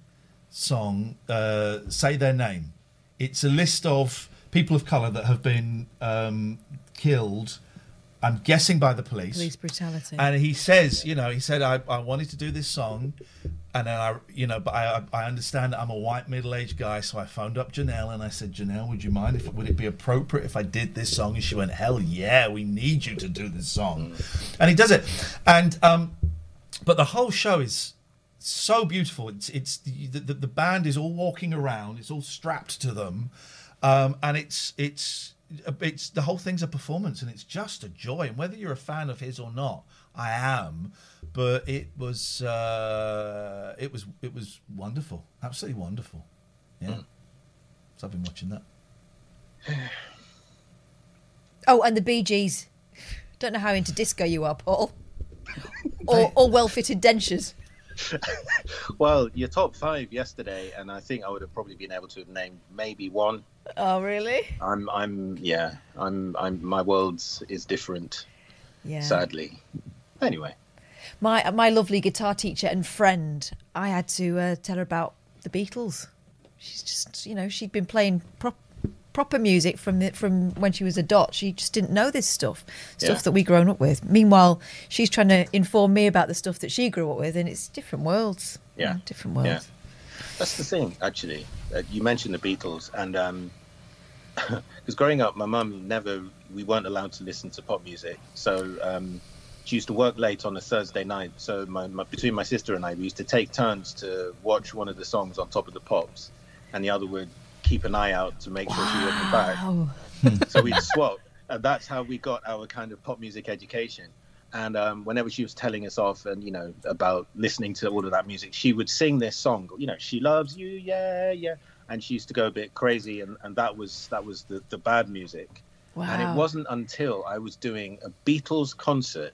A: song, uh, Say Their Name. It's a list of people of colour that have been um, killed, I'm guessing by the
B: Police brutality.
A: and he says, you know, he said, I, I wanted to do this song, and then I, you know, but I, I understand that I'm a white middle aged guy, so I phoned up Janelle and I said, Janelle, would you mind if would it be appropriate if I did this song? And she went, Hell yeah, we need you to do this song, and he does it, and um, but the whole show is so beautiful. It's it's the, the, the band is all walking around. It's all strapped to them, um, and it's it's it's the whole thing's a performance, and it's just a joy. And whether you're a fan of his or not, I am. But it was uh, it was it was wonderful, absolutely wonderful. Yeah. So I've been watching that. <sighs>
B: Oh, and the Bee Gees. Don't know how into disco you are,
A: <laughs>
B: Paul. or or well fitted dentures.
M: Well, your top five yesterday, and I think I would have probably been able to have named maybe one.
B: Oh, really?
M: I'm, I'm, yeah, I'm, I'm. My world's is different.
B: Yeah.
M: Sadly. Anyway,
B: My my lovely guitar teacher and friend, I had to uh, tell her about the Beatles. She's just, you know, she'd been playing prop, proper music from the, from when she was a dot. She just didn't know this stuff, stuff
P: Yeah.
B: that we grown up with. Meanwhile, she's trying to inform me about the stuff that she grew up with, and it's different worlds. you
M: yeah,
B: know, different worlds.
M: Yeah. That's the thing, actually. Uh, you mentioned the Beatles, and um <laughs> 'cause because growing up, my mum never, we weren't allowed to listen to pop music. So um, she used to work late on a Thursday night. So my, my, between my sister and I, we used to take turns to watch one of the songs on top of the pops, and the other would keep an eye out to make sure she wasn't back.
B: Oh,
M: so we'd swap. And that's how we got our kind of pop music education. And um, whenever she was telling us off and, you know, about listening to all of that music, she would sing this song, you know, She Loves You, yeah, yeah. And she used to go a bit crazy. And, and that was that was the, the bad music. And
K: Wow.
M: it wasn't until I was doing a Beatles concert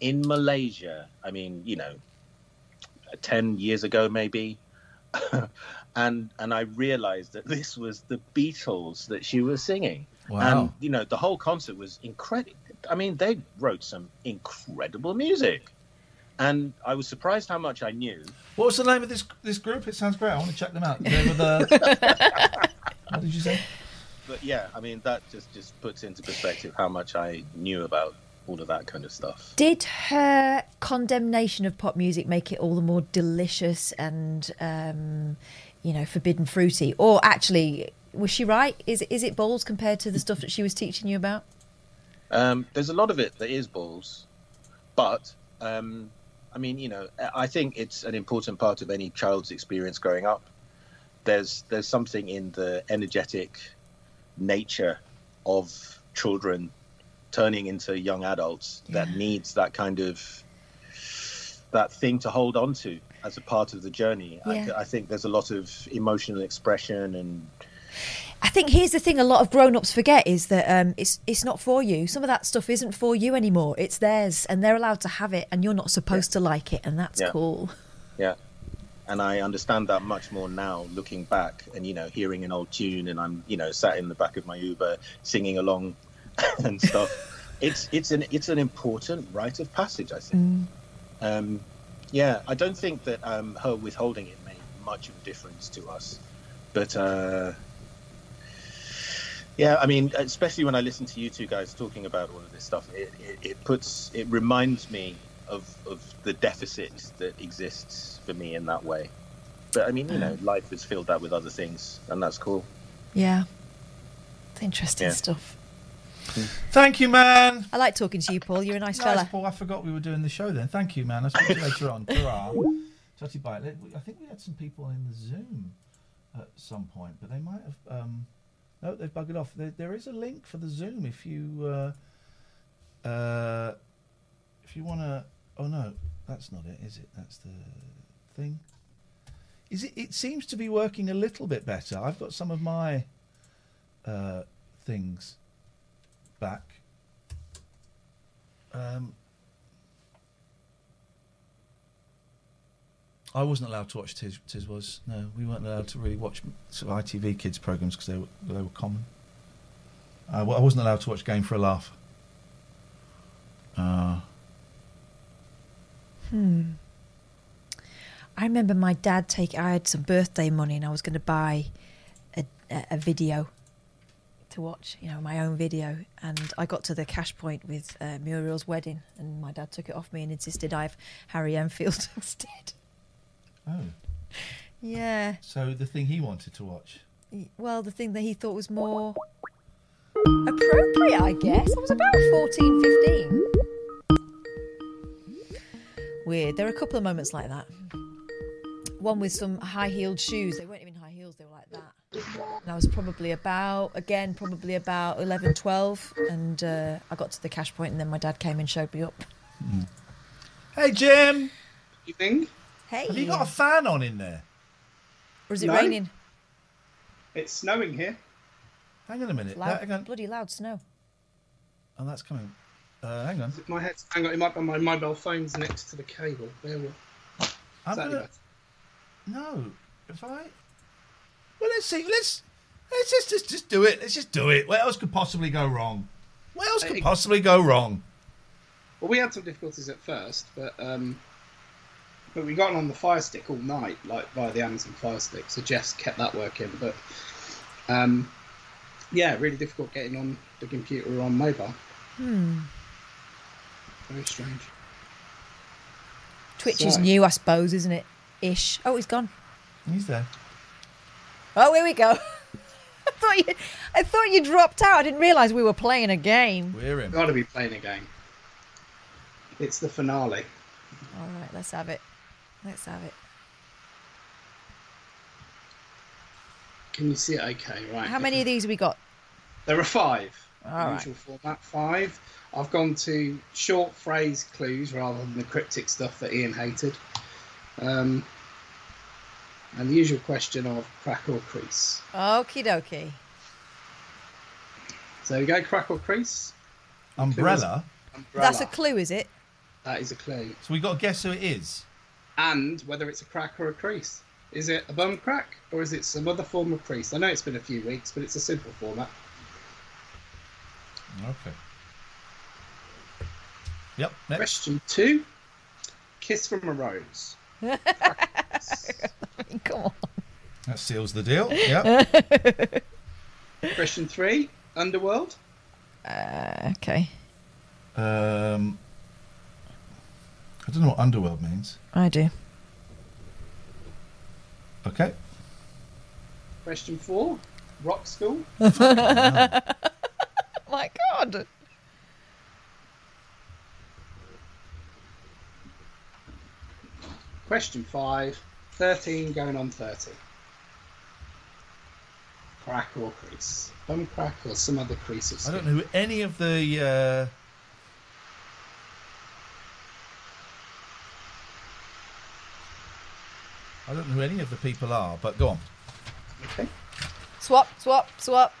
M: in Malaysia. I mean, you know, 10 years ago, maybe. <laughs> and and I realized that this was the Beatles that she was singing.
K: Wow.
M: And you know, the whole concert was incredible. I mean, they wrote some incredible music. And I was surprised how much I knew.
A: What was the name of this this group? It sounds great. I want to check them out. They were the- what did you say?
M: But yeah, I mean, that just just puts into perspective how much I knew about all of that kind of stuff.
B: Did her condemnation of pop music make it all the more delicious and, um, you know, forbidden fruity? Or actually, was she right? Is is it balls compared to the stuff that she was teaching you about?
M: Um, there's a lot of it that is balls, but um, I mean, you know, I- I think it's an important part of any child's experience growing up. There's there's something in the energetic nature of children turning into young adults that needs that kind of that thing to hold on to as a part of the journey.
B: Yeah.
M: I, I think there's a lot of emotional expression and
B: I think here's the thing: a lot of grown-ups forget is that um, it's it's not for you. Some of that stuff isn't for you anymore. It's theirs, and they're allowed to have it, and you're not supposed to like it, and that's
M: Yeah.
B: cool.
M: Yeah. And I understand that much more now looking back and, you know, hearing an old tune and I'm, you know, sat in the back of my Uber singing along <laughs> and stuff. it's it's an it's an important rite of passage, I think.
B: Mm.
M: Um, yeah, I don't think that um, her withholding it made much of a difference to us. But uh, yeah, I mean, especially when I listen to you two guys talking about all of this stuff, it, it, it puts it reminds me of of the deficit that exists for me in that way. But I
A: Mm.
M: mean, you know, life is filled out with other things, and that's cool.
B: Yeah, it's interesting
M: Yeah.
B: stuff.
A: Thank you, man.
B: I like talking to you, Paul. You're a nice,
A: Nice,
B: fella.
A: Paul. I forgot we were doing the show then. Thank you, man. I'll speak to you later on. Ta-ra. Tutty bite. Let- I think we had some people in the Zoom at some point, but they might have. Um, no, they've buggered off. There, there is a link for the Zoom if you uh, uh, if you want to. Oh no, that's not it, is it? That's the thing. Is it? It seems to be working a little bit better. I've got some of my uh, things back. Um, I wasn't allowed to watch Tiz, Tiz was no, we weren't allowed to really watch sort of ITV kids programs because they were they were common. Uh, well, I wasn't allowed to watch Game for a Laugh. Uh,
B: Hmm. I remember my dad take. I had some birthday money, and I was going to buy a, a a video to watch. You know, my own video. And I got to the cash point with uh, Muriel's wedding, and my dad took it off me and insisted I have Harry Enfield <laughs> instead.
A: oh,
B: Yeah.
A: so the thing he wanted to watch.
B: Well, the thing that he thought was more appropriate, I guess. I was about 14, 15. Weird. There are a couple of moments like that. One with some high heeled shoes. They weren't even high heels, they were like that. And I was probably about, again, probably about 11, 12. And uh, I got to the cash point, and then my dad came and showed me up.
A: Hey, Jim!
P: Evening.
B: Hey.
A: Have you got a fan on in there?
B: Or is it
P: No.
B: raining?
P: It's snowing here.
A: Hang on a minute.
B: Loud,
A: That- hang on.
B: bloody loud snow.
A: Oh, that's coming. Uh, hang on.
P: My head's hang on, it might be on my mobile phone's next to the cable. There we
A: I'm
P: that any
A: gonna. No, if I. Well, let's see. Let's let's just just just do it. Let's just do it. What else could possibly go wrong? What else could
P: Hey.
A: possibly go wrong?
P: Well, we had some difficulties at first, but um, but we got on the Fire Stick all night, like via the Amazon Fire Stick. So Jess kept that working, but um, yeah, really difficult getting on the computer or on mobile.
B: Hmm.
P: Very strange.
B: Twitch is
P: So-
B: new, I suppose, isn't it? Ish. Oh, he's gone.
A: He's there.
B: Oh, here we go. <laughs> I thought you, I thought you dropped out. I didn't realise we were playing a game.
A: We're in.
P: Got to be playing a game. It's the finale.
B: All right, let's have it. Let's have it.
P: Can you see it? Okay, right.
B: How many of these we got?
P: There are five.
B: All
P: Usual format, five. I've gone to short phrase clues rather than the cryptic stuff that Ian hated. Um, and the usual question of crack or crease.
B: Okie dokie.
P: So we go crack or crease.
A: Umbrella.
P: Umbrella.
B: That's a clue, is it?
P: that is a clue.
A: So we got to guess who it is.
P: And whether it's a crack or a crease. Is it a bum crack or is it some other form of crease? I know it's been a few weeks, but it's a simple format.
A: Okay. Yep.
P: Question two Kiss from a Rose.
B: Come on.
A: That seals
B: <laughs>
A: the deal. Yep.
P: Question three Underworld.
B: Uh, okay.
A: um. I don't know what underworld means.
B: I do.
A: Okay.
P: Question four
B: <laughs>
P: Rock School.
B: My God.
P: Question five 13 going on 30. Crack or crease? Bum crack or some other crease of
A: I
P: skin?
A: don't know who any of the. Uh, I don't know who any of the people are, but go on.
B: Swap, swap, swap.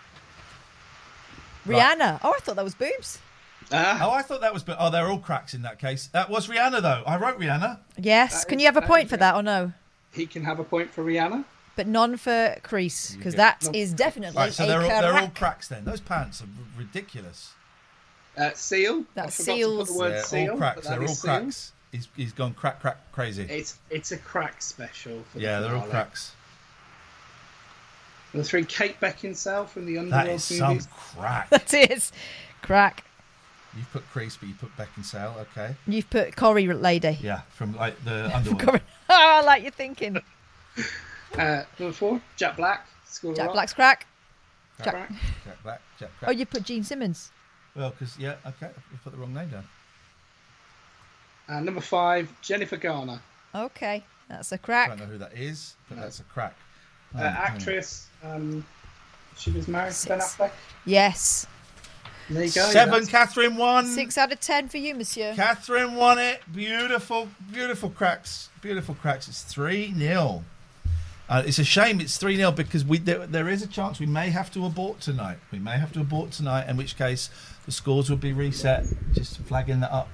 A: Right.
B: Rihanna. Oh, I thought that was boobs.
P: Ah.
A: Oh, I thought that was. Oh, they're all cracks in that case. That was Rihanna, though. I wrote Rihanna.
B: Yes. Can you have a point for that or no?
P: He can have a point for Rihanna.
B: But none for Crease, because
A: go.
B: that
A: None
B: is
A: for-
B: definitely
A: Right, so
B: a
A: they're all,
B: correct.
A: they're all cracks then. Those pants are r- ridiculous.
P: Uh, seal.
B: That's
P: I forgot to put
B: seals.
P: the word
A: They're
P: seal. but
A: all cracks.
P: that
A: They're all
P: is seal.
A: cracks. He's, he's gone crack, crack, crazy.
P: It's it's a crack special. For
A: yeah,
P: the
A: they're all
P: finale.
A: cracks.
P: The three Kate Beckinsale from the Underworld
A: That is some
P: movies.
A: crack.
B: <laughs> that is crack.
A: You've put Crease, but you put Beckinsale. Okay.
B: You've put Corey Lady. <laughs>
A: Yeah, from like <laughs> the underworld.
B: Oh, I like your thinking.
P: Uh, number four, Jack Black. School of
B: Jack
P: Rock.
B: Black's crack.
A: Jack,
B: Jack-
A: Jack Black. Jack
B: Oh,
A: Black.
B: you put Gene Simmons.
A: Well, because yeah, okay, you put the wrong name down.
P: Uh, number five, Jennifer Garner.
B: Okay, that's a
A: I
B: crack.
A: don't know who that is, but that's a crack.
P: Uh,
A: Um,
P: actress. Um, she was married to Ben Affleck.
B: Yes.
P: There you go.
A: Seven,
P: that's-
A: Catherine one.
B: Six out of ten for you, Monsieur.
A: Catherine won it. Beautiful, beautiful cracks. Beautiful cracks. It's 3 0. Uh, it's a shame it's 3 0 because we there, there is a chance we may have to abort tonight. We may have to abort tonight, in which case the scores would be reset. Just flagging that up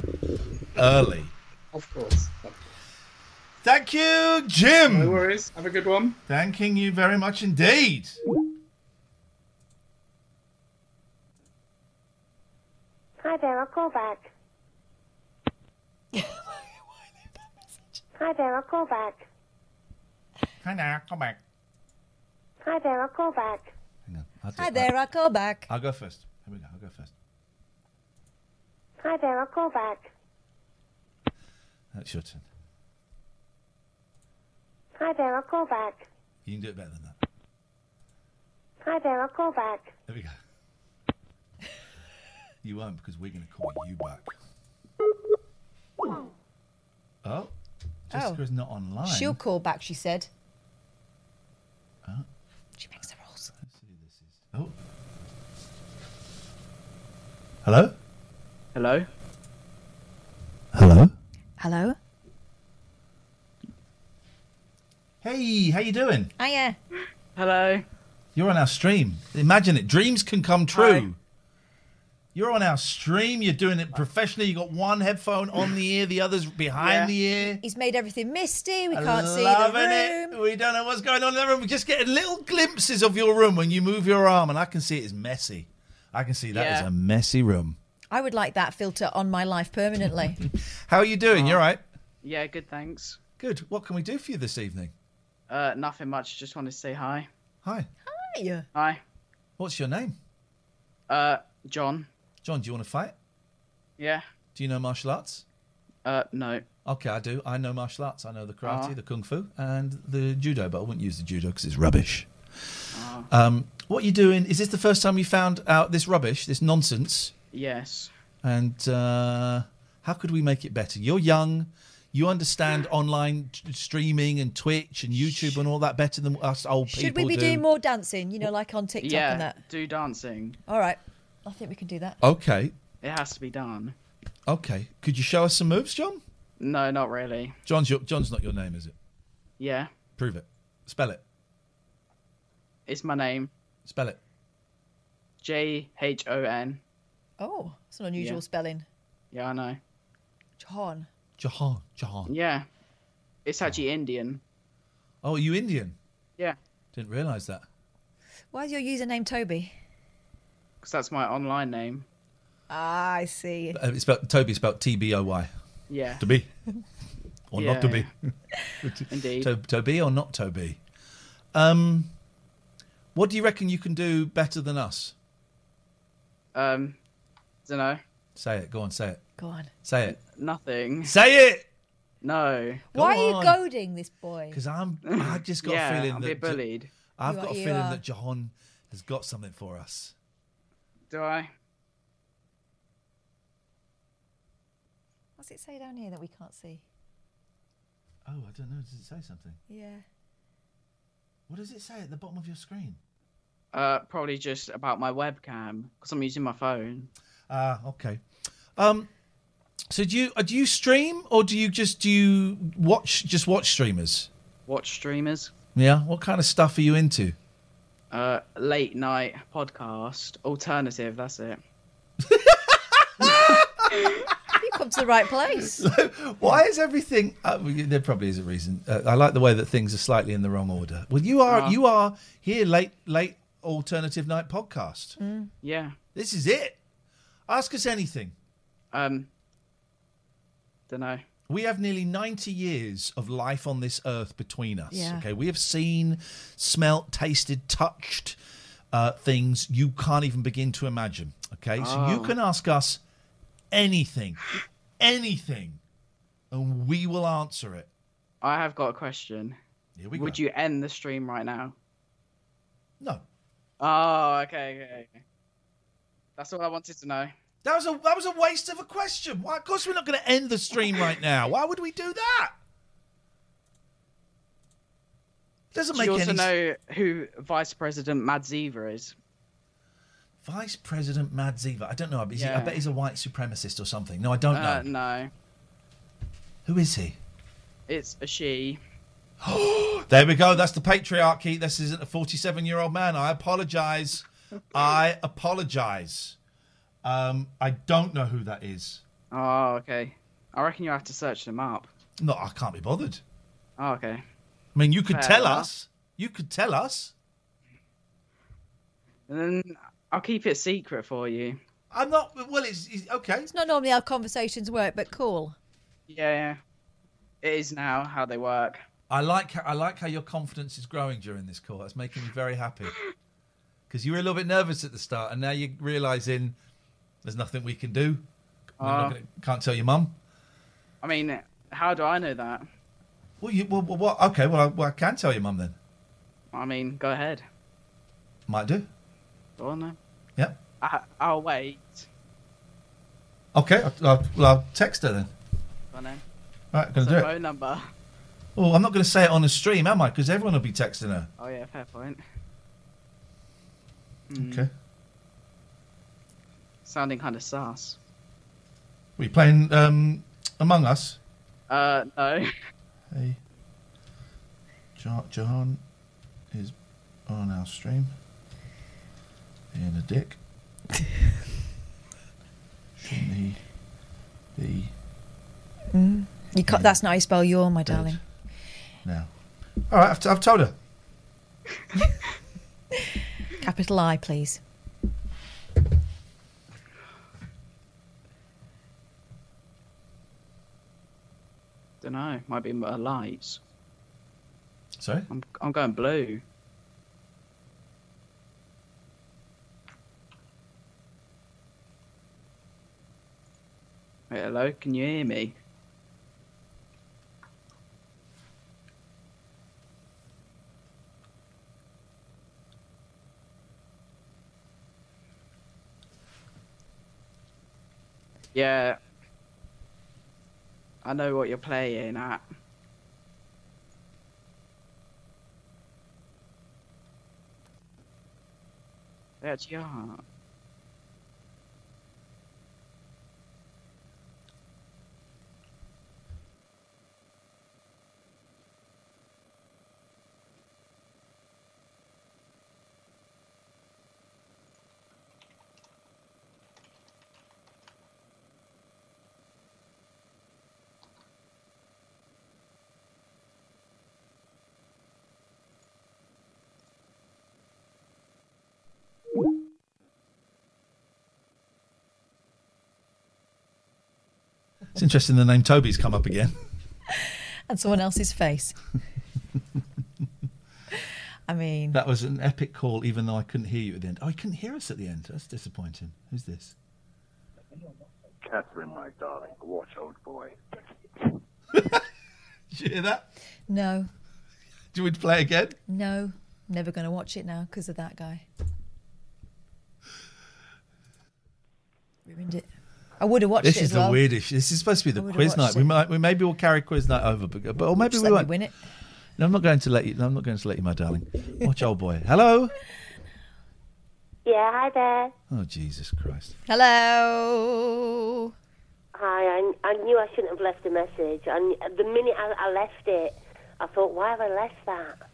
A: early.
P: Of course.
A: Thank you, Jim.
P: No worries. Have a good one.
A: Thanking you very much indeed.
K: Hi there, I'll call back.
B: <laughs>
K: Hi there, I'll call back.
A: Hi there, come back.
K: Hi there, I'll call back.
A: I'll do-
B: Hi there, I'll call back.
A: I'll go first. Here we go. I'll go first.
K: Hi there, I'll call back.
A: That's your turn.
K: Hi there, I'll call back.
A: You can do it better than that.
K: Hi there, I'll call back.
A: There we go. you won't because we're going to call you back. Oh, Jessica's not online.
B: Oh. She'll call back, she said.
A: Oh.
B: She makes the rules.
A: Oh. Hello?
Q: Hello?
A: Hello?
B: Hello?
A: Hey, how you doing?
B: Hiya.
Q: Hello.
A: You're on our stream. Imagine it. Dreams can come true. You're on our stream. You're doing it professionally. You got one headphone on the ear, the other's behind the ear.
B: He's made everything misty. We
A: I
B: can't see
A: loving
B: the room.
A: It. We don't know what's going on in the room. We're just getting little glimpses of your room when you move your arm, and I can see it is messy. I can see that is
B: Yeah.
A: a messy room.
B: I would like that filter on my life
A: <laughs>
B: permanently.
A: How are you doing?
B: Uh-huh.
A: You're right.
Q: Yeah, good, thanks.
A: Good. What can we do for you this evening?
Q: Uh, nothing much. Just want to say hi.
A: Hi.
B: Hiya.
Q: Hi.
A: What's your name?
Q: Uh, John.
A: John, do you want to fight?
Q: Yeah.
A: Do you know martial arts?
Q: Uh, no.
A: Okay, I do. I know martial arts. I know the karate,
Q: Ah.
A: the kung fu, and the judo, but I wouldn't use the judo because it's rubbish.
Q: Ah.
A: Um, what you doing? Is this the first time you found out this rubbish, this nonsense?
Q: Yes.
A: And uh, how could we make it better? You're young. You
Q: <gasps>
A: understand online t- streaming and Twitch and YouTube and all that better than us old
B: Should
A: people
B: we be
A: do.
B: doing more dancing, you know, like on TikTok
Q: yeah.
B: and that?
Q: Do dancing.
B: All right. I think we can do that.
A: Okay,
Q: It has to be done.
A: okay. Could you show us some moves, John?
Q: No, not really.
A: John's your, John's not your name, is it?
Q: Yeah.
A: Prove it. Spell it.
Q: It's my name.
A: Spell it.
Q: J H O N.
B: Oh, it's an unusual
Q: Yeah.
B: spelling.
Q: Yeah, I know.
B: John.
A: Jahan. Jahan.
Q: Yeah. It's actually Indian.
A: Oh, are you Indian?
Q: Yeah.
A: Didn't realise that.
B: Why is your username Toby?
Q: Because that's my online name.
B: Ah, I see.
A: Uh, It's spelled, Toby spelled T B O Y.
Q: Yeah.
A: To be. Or not to be.
Q: Yeah.
A: <laughs>
Q: Indeed.
A: To, to be or not to be. Um, what do you reckon you can do better than us?
Q: Um, don't know.
A: Say it. Go on, say it.
B: Go on.
A: Say it.
Q: Nothing.
A: Say it.
Q: No.
B: Why are you goading this boy?
A: Because I'm. Um,
Q: <clears throat>
A: I just got
Q: Yeah,
A: a feeling
Q: I'm a
A: that.
Q: bit bullied.
A: I've
B: You
A: got
B: are-
A: a
B: you
A: feeling
B: are.
A: that Jahan has got something for us.
Q: Do I?
B: What's it say down here that we can't see?
A: Oh, I don't know. Does it say something?
B: Yeah. <laughs>
A: What does it say at the bottom of your screen?
Q: Uh, probably just about my webcam because I'm using my phone.
A: Ah, okay. Um, so do you uh, do you stream or do you just do you watch just watch streamers?
Q: Watch streamers.
A: Yeah. What kind of stuff are you into?
Q: Uh, late night podcast alternative. That's it.
B: You come to the right place.
A: Why is everything? Uh, well, there probably is a reason. Uh, I like the way that things are slightly in the wrong order. Well, you are
Q: Ah.
A: you are here late late alternative night podcast.
B: Mm.
Q: Yeah.
A: This is it. Ask us anything.
Q: Um. Don't know.
A: We have nearly 90 years of life on this earth between us.
Q: Yeah.
A: Okay, we have seen, smelt, tasted, touched uh, things you can't even begin to imagine. Okay, so you
Q: Oh.
A: can ask us anything, anything, and we will answer it.
Q: I have got a question.
A: Here we
Q: Would
A: go.
Q: you end the stream right now?
A: No.
Q: Oh, okay, okay. okay. That's all I wanted to know.
A: That was a that was a waste of a question. Why? Of course, we're not going to end the stream right now. Why would we do that? Doesn't
Q: Do
A: make
Q: you
A: any
Q: also
A: s-
Q: know who Vice President Madziva is?
A: Vice President Mad Ziva. I don't know. Is he- I
Q: Yeah.
A: bet he's a white supremacist or something. No, I don't
Q: Uh,
A: know.
Q: no,
A: Who is he?
Q: it's
A: <gasps>
Q: a she. Oh,
A: There we go. That's the patriarchy. This isn't a 47 year old man. I apologize. I apologize. Um, I don't know who that is.
Q: Oh, okay. I reckon you have to search them up.
A: No, I can't be bothered.
Q: Oh, okay.
A: I mean, you could
Q: Fair
A: tell
Q: enough.
A: us. You could tell us.
Q: And then I'll keep it secret for you.
A: I'm not. Well, it's, it's okay.
B: It's not normally how conversations work, but cool.
Q: Yeah, yeah. It is now how they work.
A: I like how, I like how your confidence is growing during this call. That's making me very
Q: <laughs>
A: happy. Because you were a little bit nervous at the start, and now you're realizing there's nothing we can do. We're not
Q: Uh.
A: gonna- can't tell your mum.
Q: I mean, how do I know that?
A: Well, you well, well what? Okay, well I, well, I can tell your mum then.
Q: I mean, go ahead.
A: Might do.
Q: Go on then.
A: Yep.
Q: I, I'll wait.
A: Okay, I'll, I'll, well, I'll text her then.
Q: Go on then.
A: All right, gonna
Q: It's
A: do
Q: a
A: it.
Q: phone number.
A: Oh, I'm not gonna say it on the stream, am I? Because everyone will be texting her.
Q: Oh yeah, fair point.
A: Okay.
Q: Sounding kind of sus.
A: Were you playing um, Among Us?
Q: Uh, no. <laughs>
A: Hey, Jo- Johan is on our stream. And a dick. Shouldn't he be
B: Mm. You can't, that's not how you spell yawn, my darling.
A: now? All right, I've, t- I've told her.
B: Capital I, please.
Q: Don't know. Might be a lights.
A: Sorry.
Q: I'm I'm going blue. Wait, hello. Can you hear me? Yeah. I know what you're playing at. They actually are.
A: It's interesting the name Toby's come up again. <laughs>
B: And someone else's face. I mean,
A: That was an epic call, even though I couldn't hear you at the end. Oh, you couldn't hear us at the end. That's disappointing. Who's this?
E: Catherine, my darling, watch old
A: <laughs>
E: boy.
A: Did you hear that?
B: no,
A: Do we play again?
B: no, never going to watch it now because of that guy. Ruined it. I would have watched
A: this
B: it
A: is
B: as
A: the
B: well.
A: weirdest. This is supposed to be
B: I
A: the
B: would've
A: quiz night.
B: watched
A: We
B: it.
A: might. We maybe we'll carry quiz night over, but, but or maybe
B: Just
A: we
B: let me
A: won't.
B: win it.
A: No, I'm not going to let you. I'm not going to let you, my darling. Watch old boy. Hello.
K: Yeah, hi there.
A: Oh Jesus Christ!
B: Hello.
K: Hi, I, I knew I shouldn't have left a message. And the minute I, I left it, I thought, why have I left that?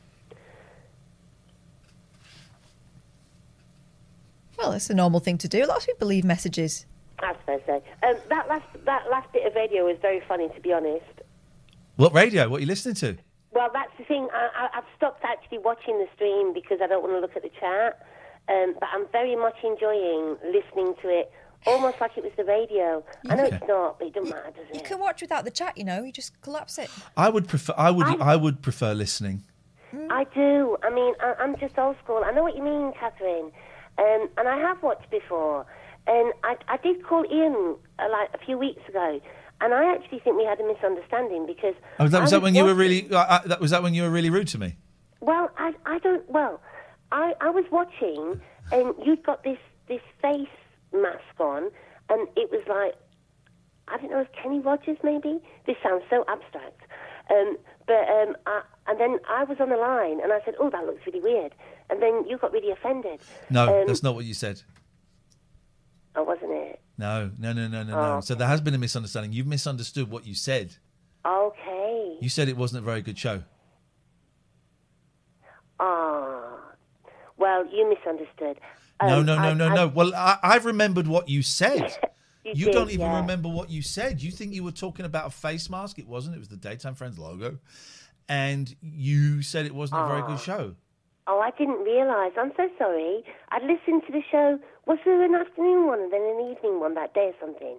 B: Well, it's a normal thing to do. A lot of people leave messages.
K: I suppose so. Um, that last that last bit of radio was very funny, to be honest.
A: What radio? What are you listening to?
K: Well, that's the thing. I, I, I've stopped actually watching the stream because I don't want to look at the chat. Um, but I'm very much enjoying listening to it, almost like it was the radio. I know
A: Okay.
K: it's not, but it doesn't matter, does
B: You
K: it?
B: can watch without the chat, you know. You just collapse it.
A: I would prefer. I would.
K: I'm-
A: I would prefer listening. Mm.
K: I do. I mean, I, I'm just old school. I know what you mean, Catherine. Um, and I have watched before. And I, I did call Ian uh, like a few weeks ago. And I actually think we had a misunderstanding because.
A: Oh, that, was
K: I
A: that when you were
K: watching-
A: really? Uh, that was that when you were really rude to me?
K: Well, I, I don't. Well, I, I was watching, and you'd got this, this face mask on, and it was like, I don't know, if Kenny Rogers maybe? This sounds so abstract. Um, but um, I, and then I was on the line, and I said, "Oh, that looks really weird." And then you got really offended.
A: No,
K: um,
A: that's not what you said.
K: Oh, wasn't it?
A: No, no, no, no, no, no.
K: Oh.
A: So there has been a misunderstanding. You've misunderstood what you said.
K: Okay.
A: You said it wasn't a very good show.
K: Ah. Well, you misunderstood.
A: no,
K: Um,
A: no, no,
K: I-
A: no,
K: I-
A: no. Well, I, I've remembered what you said.
K: <laughs> You
A: you
K: did,
A: don't even
K: yeah.
A: remember what you said. You think you were talking about a face mask. It wasn't. It was the Daytime Friends logo. And you said it wasn't a very
K: Ah.
A: good show.
K: Oh, I didn't realise. I'm so sorry. I'd listened to the show. Was there an afternoon one and then an evening one that day or something?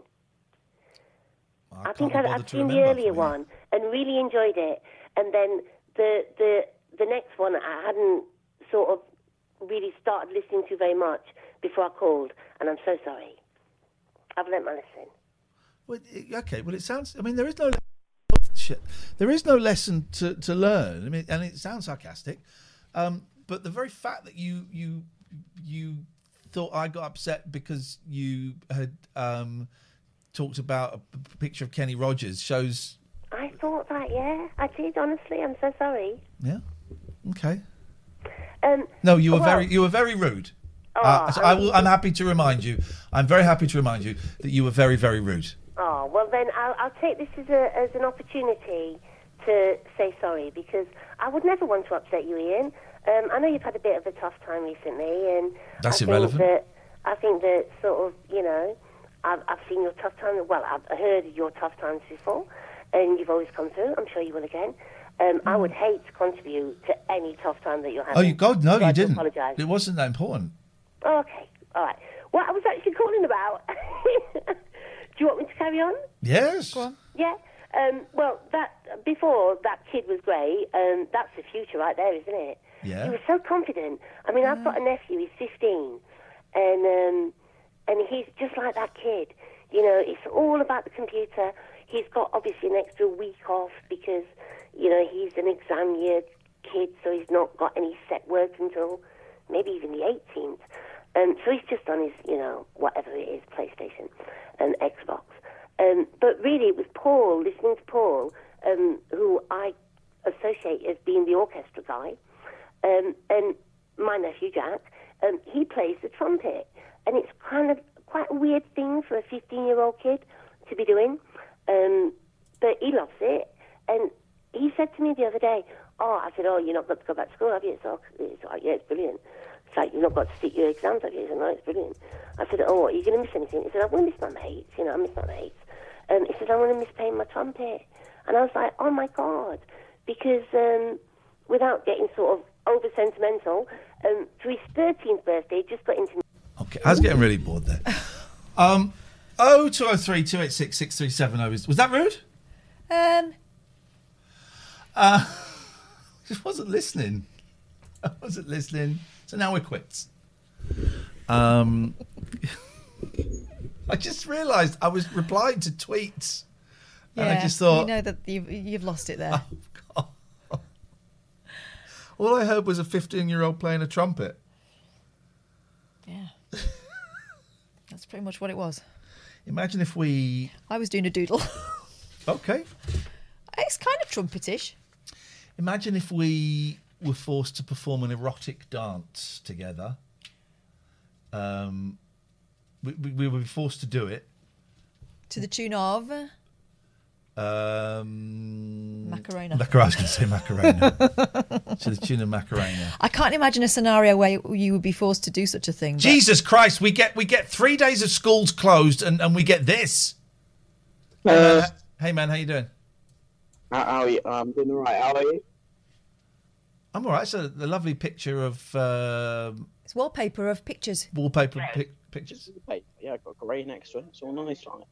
K: I, think I'd, I'd seen the earlier one and really enjoyed it. And then the the the next one I hadn't sort of really started listening to very much before I called, and I'm so sorry. I've learnt my lesson.
A: Well, it- okay. Well, it sounds. I mean, there is no shit. There is no lesson to, to learn. I mean, and it sounds sarcastic, um, but the very fact that you you you thought I got upset because you had um, talked about a p- picture of Kenny Rogers shows.
K: I thought that, yeah, I did. Honestly, I'm so sorry.
A: Okay.
K: Um,
A: No, you were
K: well, Oh,
A: very you were very rude. uh, so I will, I'm happy to remind you. I'm very happy to remind you that you were very very rude.
K: Oh well, then I'll, I'll take this as a as an opportunity to say sorry because I would never want to upset you, Ian. Um, I know you've had a bit of a tough time recently, and
A: That's
K: I think
A: irrelevant.
K: that- I think that sort of you know, I've I've seen your tough times. Well, I've heard your tough times before, and you've always come through. I'm sure you will again. Um, I would hate to contribute to any tough time that you're having.
A: Hmm. Oh, you God, no,
K: so I
A: you
K: do
A: didn't.
K: Apologise.
A: It wasn't that important.
K: Oh, okay, all right. What I was actually calling about. <laughs> Do you want me to carry on?
A: Yes.
K: Yeah. Um, well, that before that kid was great. Um, that's the future right there, isn't it?
R: Yeah.
K: He was so confident. I mean, I've got a nephew. He's 15, and um, and he's just like that kid. You know, it's all about the computer. He's got obviously an extra week off because you know he's an exam year kid, so he's not got any set work until maybe even the 18th. Um, so he's just on his, you know, whatever it is, PlayStation and Xbox. Um, but really, it was Paul, listening to Paul, um, who I associate as being the orchestra guy, um, and my nephew Jack. Um, he plays the trumpet, and it's kind of quite a weird thing for a 15-year-old kid to be doing. Um, but he loves it, and he said to me the other day, "Oh, I said, oh, you're not got to go back to school, have you?" It's all, it's all right. yeah, it's brilliant. It's like you've not got to sit your exams, have you? He said, no, it's brilliant. I said, oh, what, are you going to miss anything? He said, I want to miss my mates. You know, I miss my mates. Um, he said, I want to miss playing my trumpet. And I was like, oh my god, because um, without getting sort of over sentimental, um, for his 13th birthday, he just got into
A: Okay, I was getting really bored there. Um, oh two oh three two eight six six three seven oh is was that rude?
B: Um,
A: Uh, <laughs> just wasn't listening. <laughs> I wasn't listening. So now we're quits. Um, <laughs> I just realised I was replying to tweets,
B: yeah,
A: and I just thought
B: you know that you've, you've lost it
A: <laughs>
B: there.
A: all I heard was a fifteen-year-old playing a trumpet. <laughs>
B: yeah, that's pretty much what it was.
A: Imagine if we
B: I was doing a doodle. <laughs>
A: okay.
B: it's kind of trumpetish.
A: Imagine if we were forced to perform an erotic dance together. Um, we, we, we would be forced to do it.
B: To the tune of
A: Um,
B: Macarena.
A: Macarena. I was going to say
B: <laughs>
A: Macarena. to the tune of Macarena.
B: I can't imagine a scenario where you would be forced to do such a thing. but-
A: Jesus Christ, we get we get three days of schools closed, and, and we get this. Hey, man, h- hey man, how you doing?
G: How, how are you? I'm doing all right. How are you?
A: I'm all right. So the lovely picture of um
B: It's wallpaper of pictures.
A: wallpaper pic- pictures.
G: Wait, yeah, I've got grey next to it. It's all nice on it.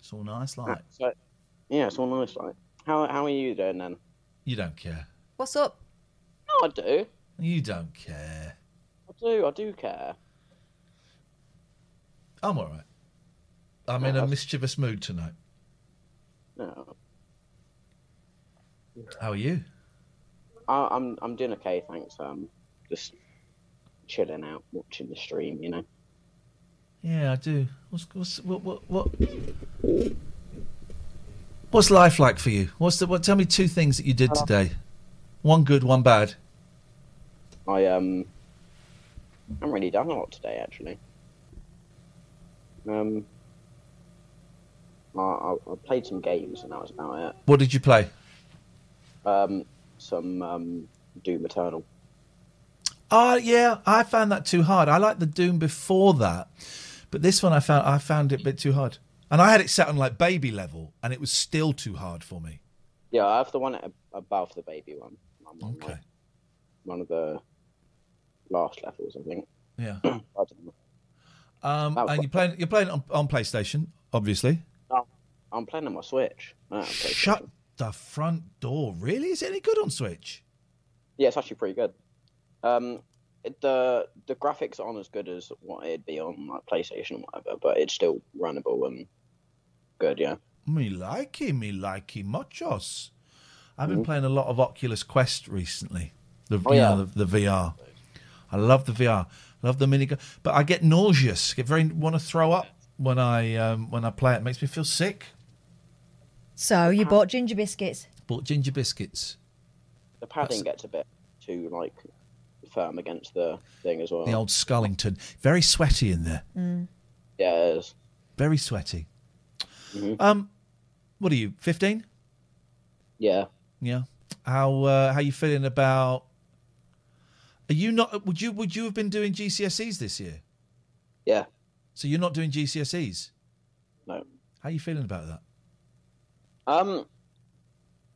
A: It's all nice, like
G: So, yeah, it's all nice on it. How, how are you doing then?
A: you don't care.
B: What's up?
G: No, I do.
A: You don't care.
G: I do. I do care.
A: I'm all right. I'm in a mischievous mood tonight.
G: No,
A: How are you?
G: I, I'm I'm doing okay, thanks. Um, just chilling out, watching the stream. You know.
A: Yeah, I do. What's, what's what what what? What's life like for you? What's the what? Tell me two things that you did today. One good, one bad.
G: I um, I'm really done a lot today actually. Um, I, I, I played some games and that was about
A: What did you play?
G: it. Um, some um, Doom Eternal.
A: Oh, yeah, I found that too hard. I liked the Doom before that, but this one I found I found it a bit too hard. And I had it set on like baby level, and it was still too hard for me.
G: Yeah, I have the one ab- above the baby one. I'm on, like, one of the last levels, I think.
A: Yeah.
G: <clears throat> I don't know.
A: Um,
G: That was
A: and you're playing you're playing on, on PlayStation, obviously.
G: No, I'm playing on my Switch. No, I'm playing-
A: Shut the front door. Really? Is it any good on Switch?
G: Yeah, it's actually pretty good. Um, it- the the graphics aren't as good as what it'd be on like PlayStation or whatever, but it's still runnable and good. Yeah.
A: Me likey, me likey muchos. I've been playing a lot of Oculus Quest recently. The,
G: Mm. Oh,
A: you
G: yeah.
A: know, the, the VR. I love the VR. Love the mini, but I get nauseous. Get very want to throw up when I um, when I play it. It Makes me feel sick.
B: So you bought ginger biscuits.
A: Bought ginger biscuits.
G: The padding gets a bit too like firm against the thing as well.
A: The old Scullington. Very sweaty in there.
G: Mm. Yeah. It's,
A: Very sweaty.
G: Mm-hmm.
A: Um, what are you? Fifteen?
G: yeah.
A: Yeah. How uh, how you feeling about? Are you not? Would you would you have been doing GCSEs this year?
G: Yeah.
A: So you're not doing GCSEs.
G: No.
A: How you feeling about that?
G: Um,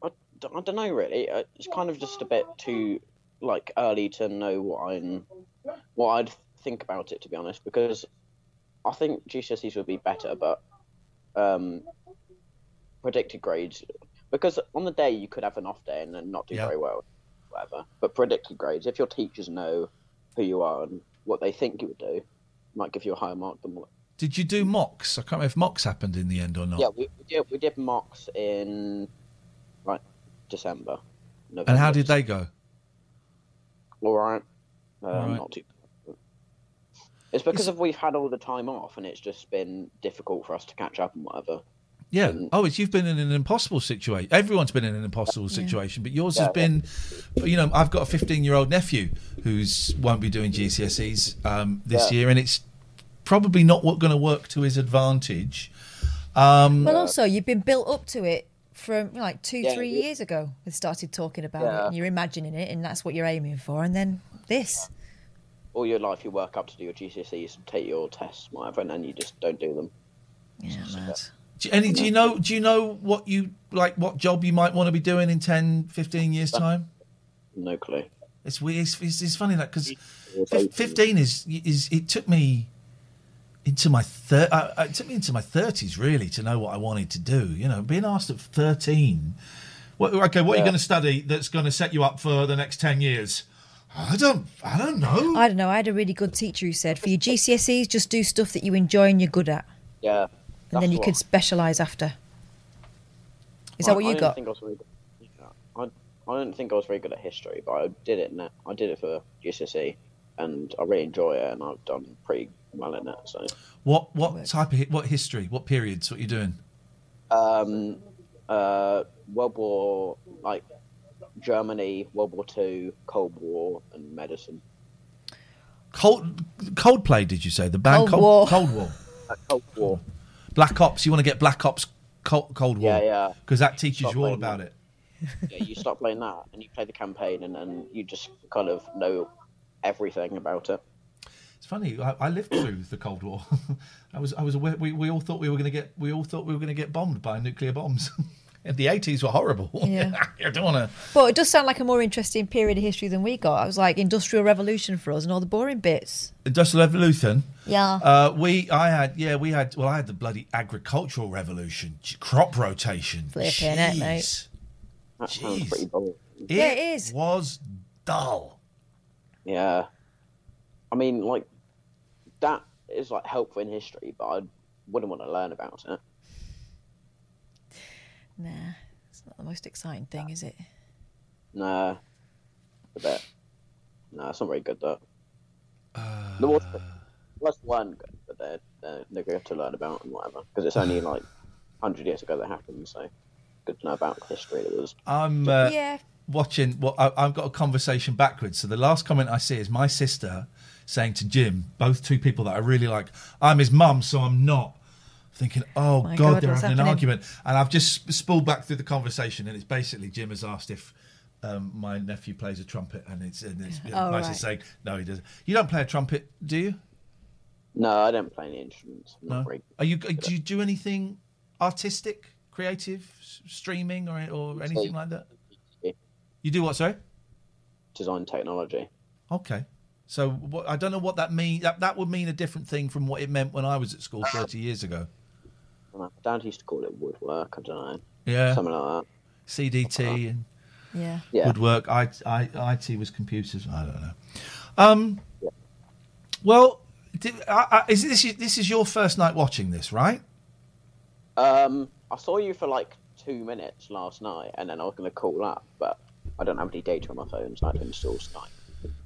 G: I, don't know really. Uh, It's kind of just a bit too like early to know what I'm, what I'd think about it to be honest. Because I think GCSEs would be better, but um, predicted grades because on the day you could have an off day and then not do very well, whatever. But predicted grades, if your teachers know who you are and what they think you would do, might give you a higher mark than what
A: Did you do mocks? I can't remember if mocks happened in the end or not.
G: yeah, we, we did we did mocks in like December. November.
A: and how did they go?
G: All right. Um,
A: All right.
G: Not too. It's because of we've had all the time off, and it's just been difficult for us to catch up and whatever.
A: Yeah. Oh, it's you've been in an impossible situation. Everyone's been in an impossible situation, but yours has
G: Yeah.
A: been. You know, I've got a 15 year old nephew who's won't be doing GCSEs um, this
B: Yeah.
A: year, and it's probably not going to work to his advantage. Um,
B: well, also you've been built up to it from like two,
A: Yeah,
B: three
A: you-
B: years ago. We started talking about it,
G: Yeah.
B: and you're imagining it, and that's what you're aiming for, and then this.
G: All your life, you work up to do your GCSEs, take your tests, whatever, and then you just don't do them.
B: Yeah,
A: Do, any, do you know? Do you know what you like? What job you might want to be doing in 10, 15 years time?
G: No clue.
A: It's weird. It's, it's, it's funny that because fifteen is is it took me into my thir- uh, it took me into my thirties really to know what I wanted to do. You know, being asked at thirteen, what, okay, what are you
B: Yeah.
A: going to study that's going to set you up for the next ten years? I don't. I don't know.
B: I don't know. I had a really good teacher who said, for your GCSEs, just do stuff that you enjoy and you're good at,
G: Yeah.
B: and then
G: that's
B: you could
G: what-
B: specialise after. Is that
G: I-
B: what
G: I
B: you
G: didn't
B: got?
G: think I, was very good. I, I don't think I was very good at history, but I did it. Now. I did it for GCSE, E, and I really enjoy it, and I've done pretty well in it. So,
A: What what type of hi- what history? What periods? What you doing?
G: um, uh, World War, like Germany, World War Two, Cold War, and medicine.
A: Cold Coldplay? Did you say the band
G: Cold War.
A: Cold War.
G: Uh, Cold War.
A: Black Ops. You want to get Black Ops Cold, Cold War?
G: Yeah, yeah.
A: Because that teaches you all about it.
G: <laughs> yeah, you start playing that, and you play the campaign, and then you just kind of know everything about it.
A: It's funny. I, I lived through the Cold War. <laughs> I was I was aware. We, we all thought we were going to get we all thought we were going to get bombed by nuclear bombs. <laughs> and the eighties were horrible. <laughs>
B: Yeah.
A: I don't want to.
B: But it does sound like a more interesting period of history than we got. I was like Industrial Revolution for us and all the boring bits.
A: Industrial Revolution.
B: Yeah.
A: Uh, we I had yeah we had well I had the bloody agricultural revolution, Gee, crop rotation.
B: Flipping it, mate.
G: That sounds pretty boring.
B: Yeah, it is.
A: Was dull.
G: Yeah. I mean, like, that is, like, helpful in history, but I wouldn't want to learn about it.
B: Nah, it's not the most exciting thing, is it?
G: Nah. A bit. Nah, it's not very good, though.
A: Uh.
G: The was, was one good, but they're, they're, they're good to learn about and whatever, because it's
A: <sighs>
G: only, like, 100 years ago that happened, so good to know about history that was.
A: I'm uh,
B: Yeah.
A: watching. Well, I, I've got a conversation backwards. So the last comment I see is my sister saying to Jim, both two people that I really like, I'm his mum, so I'm not. Thinking, oh
I: My
A: God,
I: God,
A: they're
I: what's
A: having an
I: happening?
A: argument. And I've just sp- spooled back through the conversation, and it's basically Jim has asked if. Um, my nephew plays a trumpet, and it's, and it's
G: Oh,
A: nice to
G: right.
A: say no. He doesn't. You don't play a trumpet, do you?
G: No, I don't play any instruments. I'm
A: No.
G: Not very
A: Are you? Do you do anything artistic, creative, s- streaming, or or anything like that? You do what? Sorry.
G: design technology.
A: Okay. So what, I don't know what that mean. That that would mean a different thing from what it meant when I was at school 30 years ago.
G: And my dad used to call it woodwork. I don't know.
A: Yeah.
G: Something like that.
A: CDT and
B: Yeah.
A: woodwork. I, I, IT was computers. I don't know. Um, well, did, I, I, is this this is your first night watching this, right?
G: Um, I saw you for like two minutes last night, and then I was going to call up, but I don't have any data on my phone, so I had to install Skype.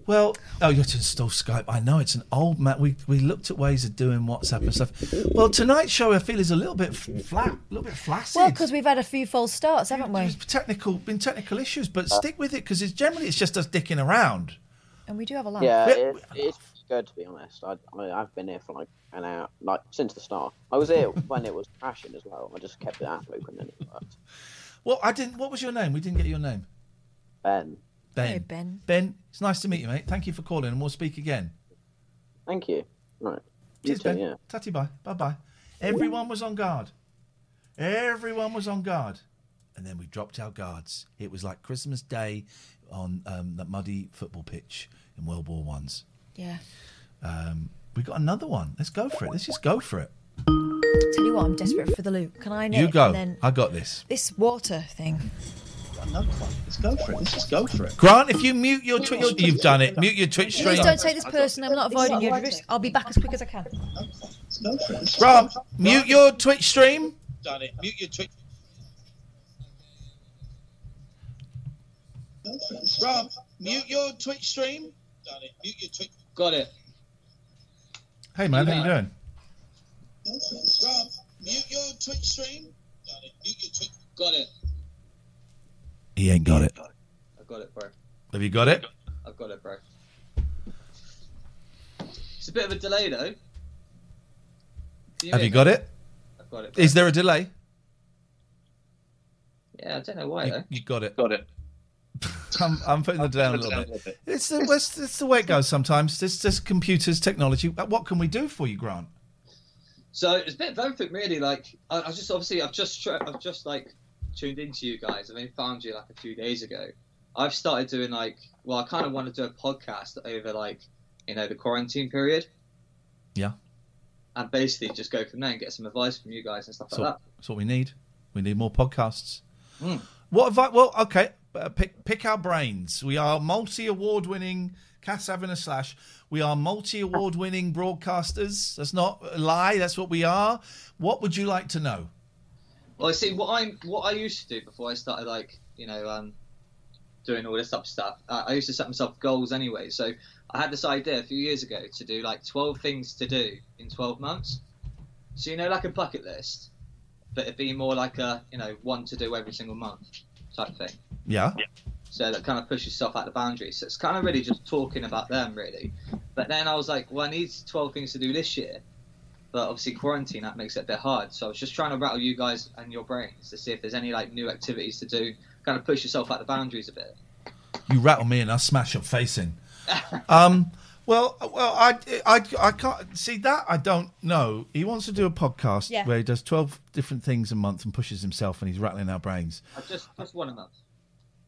A: Well, oh, you have to install Skype. I know it's an old Mac. We we looked at ways of doing WhatsApp and stuff. Well, tonight's show I feel is a little bit f- flat, a little bit flaccid.
B: Well, because we've had a few false starts, haven't we?
A: technical, been technical issues, but stick with it because it's generally it's just us dicking around.
B: And we do have a laugh.
G: Yeah, Uh, it, it's good to be honest. I, I I've been here for like an hour, like since the start. I was here when it was crashing as well. I just kept the app open and it worked.
A: Well, I didn't. What was your name? We didn't get your name.
G: Ben.
A: Ben.
G: Hey,
B: Ben.
A: Ben. It's nice to meet you, mate. Thank you for calling, and we'll speak again.
G: Thank you. Right. You
A: Cheers,
G: too,
A: Ben.
G: yeah.
A: Tatty bye. Bye bye. Everyone was on guard. Everyone was on guard. And then we dropped our guards. It was like Christmas Day on um, that muddy football pitch in World War One's.
B: Yeah.
A: Um, we got another one. Let's go for it. Let's just go for it.
B: Tell you what, I'm desperate for the loot. Can I?
A: you
B: knit?
A: go.
B: And then
A: I got this.
B: this water thing.
A: Another one. Let's go for it. Let's just go for it. Grant, if you mute your Twitch, you've done it. Mute your Twitch stream.
B: Please don't take this person. I'm not avoiding you. I'll be back as quick as I can.
A: Oh, Grant, mute your Twitch stream.
R: Done it. Mute your Twitch.
A: Rob, mute your Twitch stream.
R: Done it. Mute your Twitch. Got it.
A: Hey man, how you doing?
R: Rob, mute your Twitch stream. Done it. Mute your Twitch. Got it.
A: He ain't got it.
R: I got it, bro.
A: Have you got it?
R: I've got it, bro. It's a bit of a delay, though. Can
A: Have
R: hear
A: you
R: me?
A: got it?
R: I've got it. bro.
A: Is there a delay?
R: Yeah, I don't know why,
A: You-
R: though.
A: You got it. Got it. I'm, I'm putting it down a little bit. It's the, it's, it's the way it goes sometimes. It's just computers, technology. What can we do for you, Grant?
R: So it's a bit of everything, really. Like I, I just obviously I've just tr- I've just like tuned into you guys. I mean, found you like a few days ago. I've started doing like well, I kind of want to do a podcast over like you know the quarantine period.
A: Yeah.
R: And basically just go from there and get some advice from you guys and stuff
A: That's,
R: like
A: all, that's what we need. We need more podcasts.
R: that. Mm.
A: What have I? Well, okay. Uh, pick pick our brains. We are multi award winning. Cass having a slash. We are multi award winning broadcasters. That's not a lie. That's what we are. What would you like to know?
R: Well, see, what I'm what I used to do before I started like you know um, doing all this up stuff. Uh, I used to set myself goals anyway. So I had this idea a few years ago to do like 12 things to do in 12 months. So you know, like a bucket list, but it'd be more like a you know one to do every single month type thing.
A: Yeah.
R: So that kind of pushes yourself out the boundaries. So it's kind of really just talking about them, really. But then I was like, well, I need 12 things to do this year. But obviously, quarantine, that makes it a bit hard. So I was just trying to rattle you guys and your brains to see if there's any like new activities to do, kind of push yourself out the boundaries a bit.
A: You rattle me and I smash your face in. <laughs> um, well, well, I, I, I can't see that. I don't know. He wants to do a podcast
R: Yeah.
A: where he does twelve different things a month and pushes himself, and he's rattling our brains.
R: I just just one a month.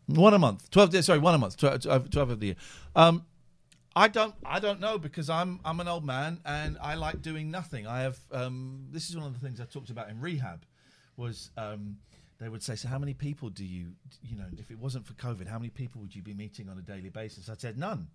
A: One a month, twelve. days- Sorry, one a month, 12, 12 12 of the year. Um, I don't, I don't know because I'm, I'm an old man and I like doing nothing. I have. Um, this is one of the things I talked about in rehab, was um, they would say, so how many people do you, you know, if it wasn't for COVID, how many people would you be meeting on a daily basis? I said none.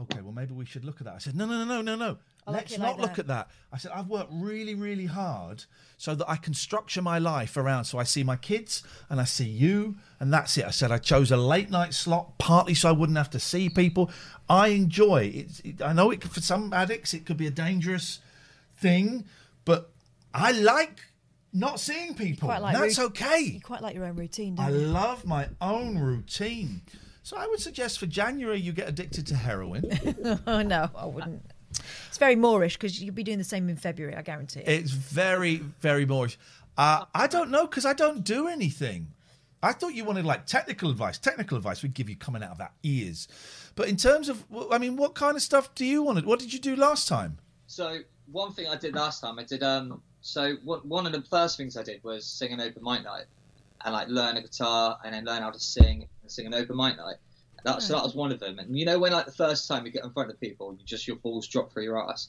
A: Okay, well maybe we should look at that. I said no, no, no, no, no, no.
R: I like
A: Let's
R: it like
A: not look
R: that.
A: at that. I said I've worked really, really hard so that I can structure my life around. So I see my kids and I see you, and that's it. I said I chose a late night slot partly so I wouldn't have to see people. I enjoy it. it I know it could- for some addicts it could be a dangerous thing, but I like not seeing people.
B: Quite like
A: that's
B: rou-
A: okay.
B: You quite like your own routine, don't
A: I
B: you?
A: love my own routine. So I would suggest for January you get addicted to heroin.
B: oh <laughs> no, I wouldn't. It's very Moorish because you'll be doing the same in February. I guarantee it.
A: It's very, very Moorish. Uh, I don't know because I don't do anything. I thought you wanted like technical advice. Technical advice we'd give you coming out of our ears. But in terms of, well, I mean, what kind of stuff do you want? to- What did you do last time?
R: So one thing I did last time, I did um. So what, one of the first things I did was sing an open mic night, and like learn a guitar and then learn how to sing and sing an open mic night. That, so that was one of them. And you know when like the first time you get in front of people, you just your balls drop through your ass.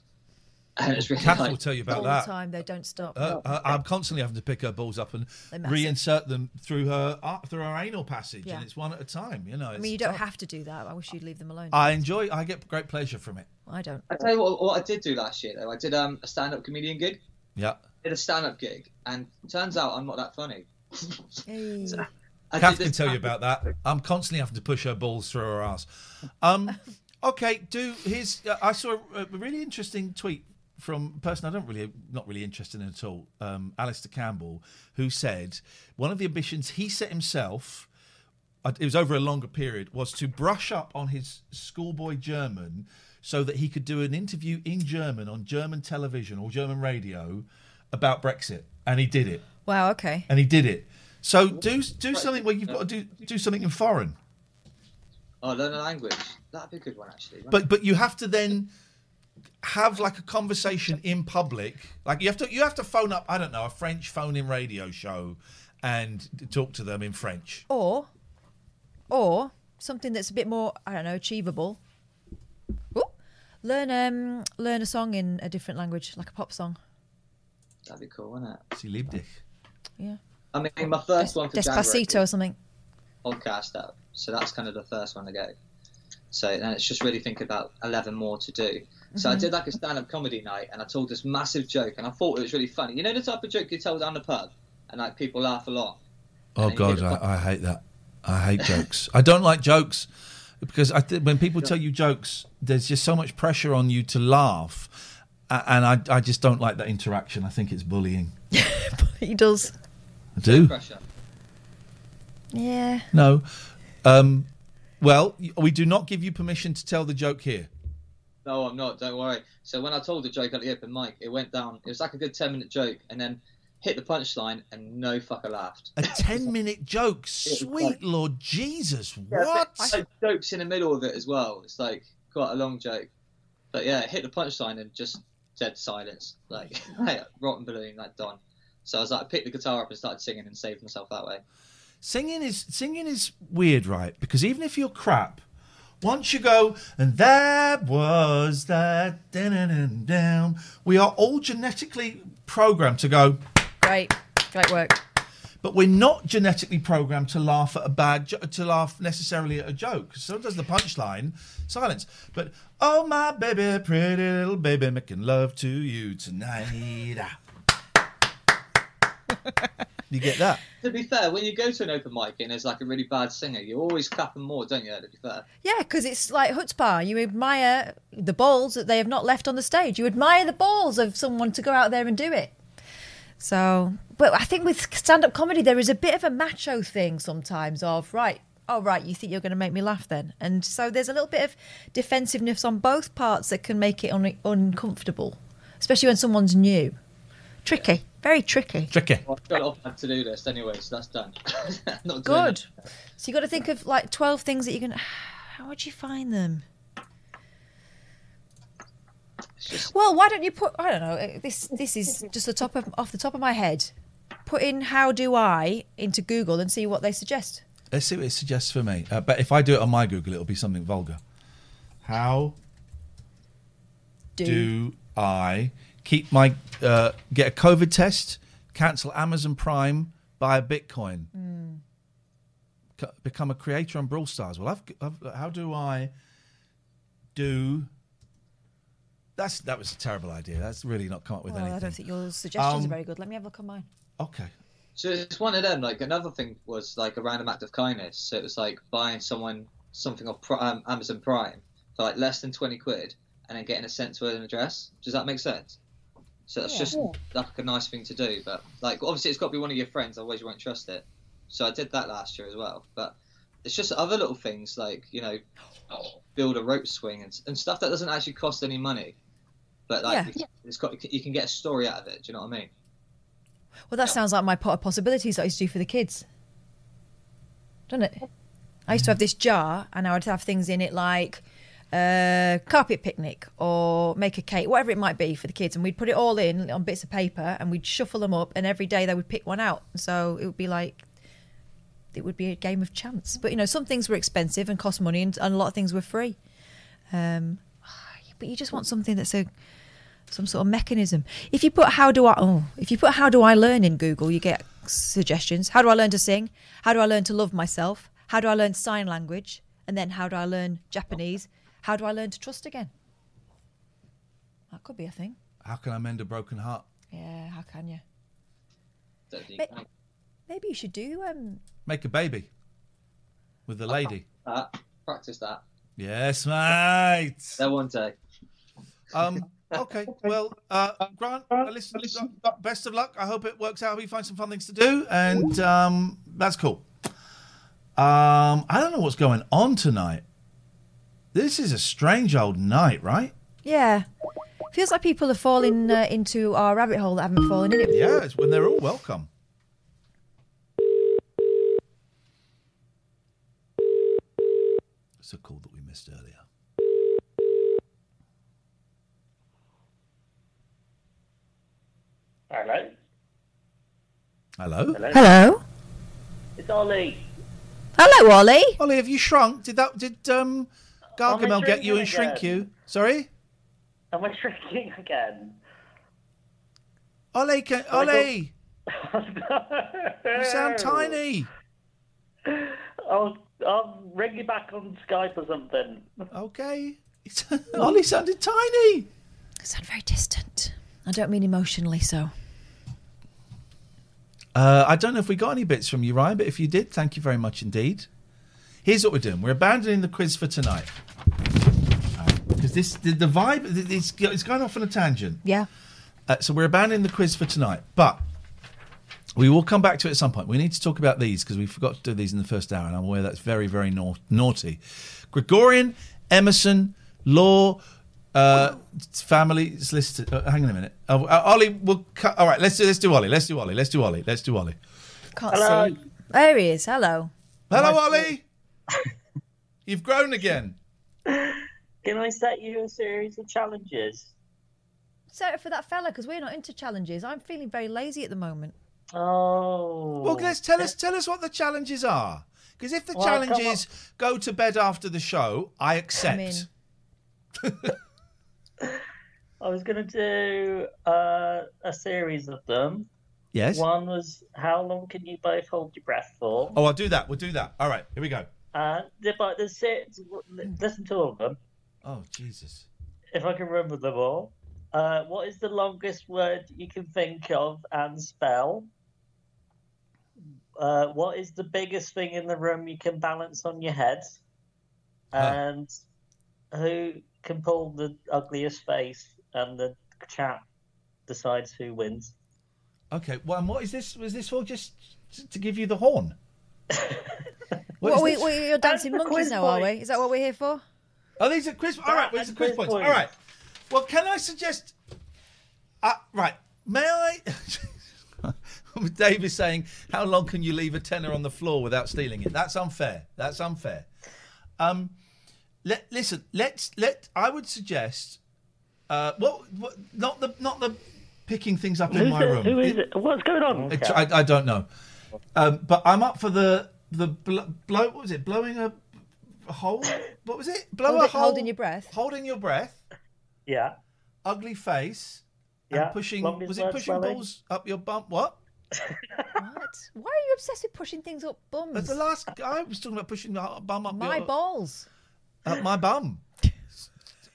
R: <laughs> And it's really
A: Kath
R: like,
A: will tell you
B: All
A: about
B: the
A: that.
B: time, they don't stop.
A: Uh, uh, I'm constantly having to pick her balls up and
B: Oh. They're massive.
A: reinsert them through her uh, through her anal passage,
B: Yeah.
A: and it's one at a time. You know,
B: I
A: it's
B: mean, you don't
A: tough.
B: have to do that. I wish you'd leave them alone.
A: I enjoy. I get great pleasure from it.
B: I don't.
R: I tell you what, what I did do last year though. I did um, a stand-up comedian gig.
A: Yeah.
R: Did a stand-up gig, and turns out I'm not that funny. <laughs> So- I
A: Kath
R: did
A: can
R: this-
A: tell you about that. I'm constantly having to push her balls through her ass.
R: <laughs>
A: Um, okay, do here's. Uh, I saw a really interesting tweet from a person I don't really, not really interested in at all, um, Alistair Campbell, who said one of the ambitions he set himself. uh, It was over a longer period. Was to brush up on his schoolboy German so that he could do an interview in German on German television or German radio about Brexit, and he did it
B: Wow. Okay.
A: and he did it. So do do something where you've got to do do something in foreign,
R: Oh, learn a language. That'd be a good one actually.
A: but but you have to then have like a conversation in public. Like you have to you have to phone up. I don't know a French phone-in radio show and talk to them in French.
B: Or, or something that's a bit more, I don't know, achievable. Ooh, learn um learn a song in a different language, like a pop song.
R: That'd be cool, wouldn't it?
A: Sie liebt dich.
B: Yeah.
R: I mean, my first one for January
B: Despacito or something. <laughs>
R: podcast up, so that's kind of the first one I go. So and it's just really thinking about eleven more to do. So I
S: Mm-hmm.
B: Mhm.
R: did like a stand-up comedy night, and I told this massive joke, and I thought it was really funny. You know the type of joke you tell down the pub, and like people laugh a lot.
A: Oh God, I, I hate that. I hate jokes. I don't like jokes because I th- when people tell you jokes, there's just so much pressure on you to laugh, a- and I I just don't like that interaction. I think it's bullying.
B: He does.
A: I do.
B: Yeah.
A: No. Um, well, y- we do not give you permission to tell the joke here.
R: No, I'm not. Don't worry. So when I told the joke at the open mic, it went down. It was like a good ten-minute joke, and then hit the punchline, and no fucker laughed.
A: A 10 minute joke. Sweet Lord Jesus. What?
R: I had jokes in the middle of it as well. It's like quite a long joke, but yeah, it hit the punchline and just dead silence, like, <laughs> like rotten balloon, like Don. So I was like, I picked the guitar up and started singing and saved myself that way.
A: Singing is singing is weird, right? Because even if you're crap, once you go and that was that dun down, we are all genetically programmed to go.
B: Great, great work.
A: But we're not genetically programmed to laugh at a bad jo- to laugh necessarily at a joke. So does the punchline silence. But oh my baby, pretty little baby, making love to you tonight. Ah. you get that?
R: <laughs> To be fair, when you go to an open mic and there's like a really bad singer, you always clap them more, don't you? To be fair,
B: Yeah, because it's like chutzpah. You admire the balls that they have not left on the stage. You admire the balls of someone to go out there and do it. So, but I think with stand-up comedy, there is a bit of a macho thing sometimes. Of right, oh right, you think you're going to make me laugh then, and so there's a little bit of defensiveness on both parts that can make it un- uncomfortable, especially when someone's new. Tricky, very tricky.
A: Tricky.
R: well, I've got it off my to-do list anyway, so that's done. <laughs> Not doing
B: Good.
R: it.
B: So you got to think of like twelve things that you're going. to... <sighs> How would you find them? Well, why don't you put? I don't know. uh, This this is just the top of off the top of my head. Put in "How do I" into Google and see what they suggest.
A: Let's see what it suggests for me. Uh, but if I do it on my Google, it'll be something vulgar. How
B: Do.
A: do I keep my uh, get a COVID test, cancel Amazon Prime, buy a Bitcoin,
B: Hmm.
A: Co- become a creator on Brawl Stars? Well, I've, I've how do I do? That's that was a terrible idea. That's really not come up with
B: Well,
A: anything.
B: I don't think your suggestions
A: Um,
B: are very good. Let me have a look on mine.
A: Okay.
R: So it's one of them. Like another thing was like a random act of kindness. So it was like buying someone something off Pri- um, Amazon Prime for like less than twenty quid, and then getting it sent to an address. Does that make sense? So that's
B: Yeah.
R: just
B: Yeah.
R: like a nice thing to do. But like obviously it's got to be one of your friends. Otherwise you won't trust it. So I did that last year as well. But it's just other little things like you know build a rope swing and, and stuff that doesn't actually cost any money. But like
B: Yeah.
R: you- it's got you can get a story out of it. Do you know what I mean?
B: Well, that sounds like my pot of possibilities that I used to do for the kids. Doesn't it? I used to have this jar, and I would have things in it like uh, carpet picnic or make a cake, whatever it might be for the kids. And we'd put it all in on bits of paper, and we'd shuffle them up. And every day they would pick one out. So it would be like it would be a game of chance. But you know, some things were expensive and cost money, and, and a lot of things were free. Um, but you just want something that's a some sort of mechanism. If you put how do I oh if you put how do I learn in Google, you get suggestions. How do I learn to sing? How do I learn to love myself? How do I learn sign language? And then how do I learn Japanese? How do I learn to trust again? That could be a thing.
A: How can I mend a broken heart?
B: Yeah, how can you?
R: Don't think-
B: May- Maybe you should do um
A: Make a baby with the lady.
R: that. Uh, Practice that.
A: Yes, mate.
R: There one day.
A: Um, <laughs> okay. Well, uh, Grant, listen, listen, best of luck. I hope it works out. I hope you find some fun things to do, and um, that's cool. Um, I don't know what's going on tonight. This is a strange old night, right?
B: yeah. Feels like people are falling uh, into our rabbit hole that haven't fallen in it.
A: Yeah, it's when they're all welcome. It's a call that we missed earlier.
T: Hello.
A: Hello.
B: Hello.
T: It's Ollie.
B: Hello, Ollie.
A: Ollie, have you shrunk? Did that? Did um, Gargamel get you
T: shrinking
A: and shrink
T: again.
A: you? Sorry,
T: Am I shrinking again?
A: Ollie. Can,
T: Oh my God.
A: Ollie,
T: <laughs> Oh,
A: you sound tiny.
T: I'll, I'll ring you back on Skype or something.
A: Okay. Ollie sounded tiny.
B: I sound very distant. I don't mean emotionally, so
A: Uh, I don't know if we got any bits from you, Ryan, but if you did, thank you very much indeed. Here's what we're doing: we're abandoning the quiz for tonight because this the, the vibe th- it's, it's going off on a tangent.
B: yeah.
A: Uh, so we're abandoning the quiz for tonight, but we will come back to it at some point. We need to talk about these because we forgot to do these in the first hour, and I'm aware that's very, very nau- naughty. Gregorian, Emerson, Law, uh, family solicitor. Uh, hang on a minute, uh, uh, Ollie. We'll cut. All right, let's do let's do Ollie. Let's do Ollie. Let's do Ollie. Let's do Ollie.
B: Can't
A: Hello.
B: see. There he is. Hello.
A: Hello, Ollie. You've grown again.
T: Can I set you a series of challenges?
B: So for that fella, because we're not into challenges. I'm feeling very lazy at the moment.
T: Oh.
A: Well, let's tell us tell us what the challenges are. Because if the
B: Well,
A: challenge
B: come on.
A: is go to bed after the show, I accept.
T: in. I was going to do uh, a series of them.
A: Yes.
T: One was how long can you both hold your breath for?
A: Oh, I'll do that. We'll do that. All right, here we go.
T: Uh, the- but the six, listen to all of them.
A: Oh, Jesus.
T: if I can remember them all. Uh, what is the longest word you can think of and spell? Uh, what is the biggest thing in the room you can balance on your head? And who can pull the ugliest face? And the chat decides who wins.
A: Okay. Well, and what is this? Was this all just t- to give you the horn?
B: What,
A: is
B: are we,
A: this?
B: we're dancing
T: the
B: monkeys
T: quiz
B: now, are we? Is that what we're here for?
A: Oh, these are quiz. All right, well, these are quiz points. All right. Well, can I suggest? Uh, right. May I? <laughs> Dave is saying, "How long can you leave a tenner on the floor without stealing it?" That's unfair. That's unfair. Um, let listen. Let's let. I would suggest. Uh, what, what? Not the not the picking things up in
T: Who's
A: my
T: it?
A: room.
T: Who is it? What's going on?
A: It's- I, I don't know. Um, but I'm up for the the bl- blow. What was it? Blowing a hole. What was it? Blow
B: Hold
A: a
B: it-
A: hole.
B: holding your breath.
A: Holding your breath.
T: Yeah.
A: Ugly face.
T: Yeah,
A: And pushing.
T: longest
A: Was it
T: word
A: pushing
T: spelling.
A: balls up your bum? What?
B: What? Why are you obsessed with pushing things up bums?
A: But the last guy was talking about pushing the bum up
B: My
A: your,
B: balls.
A: up my bum.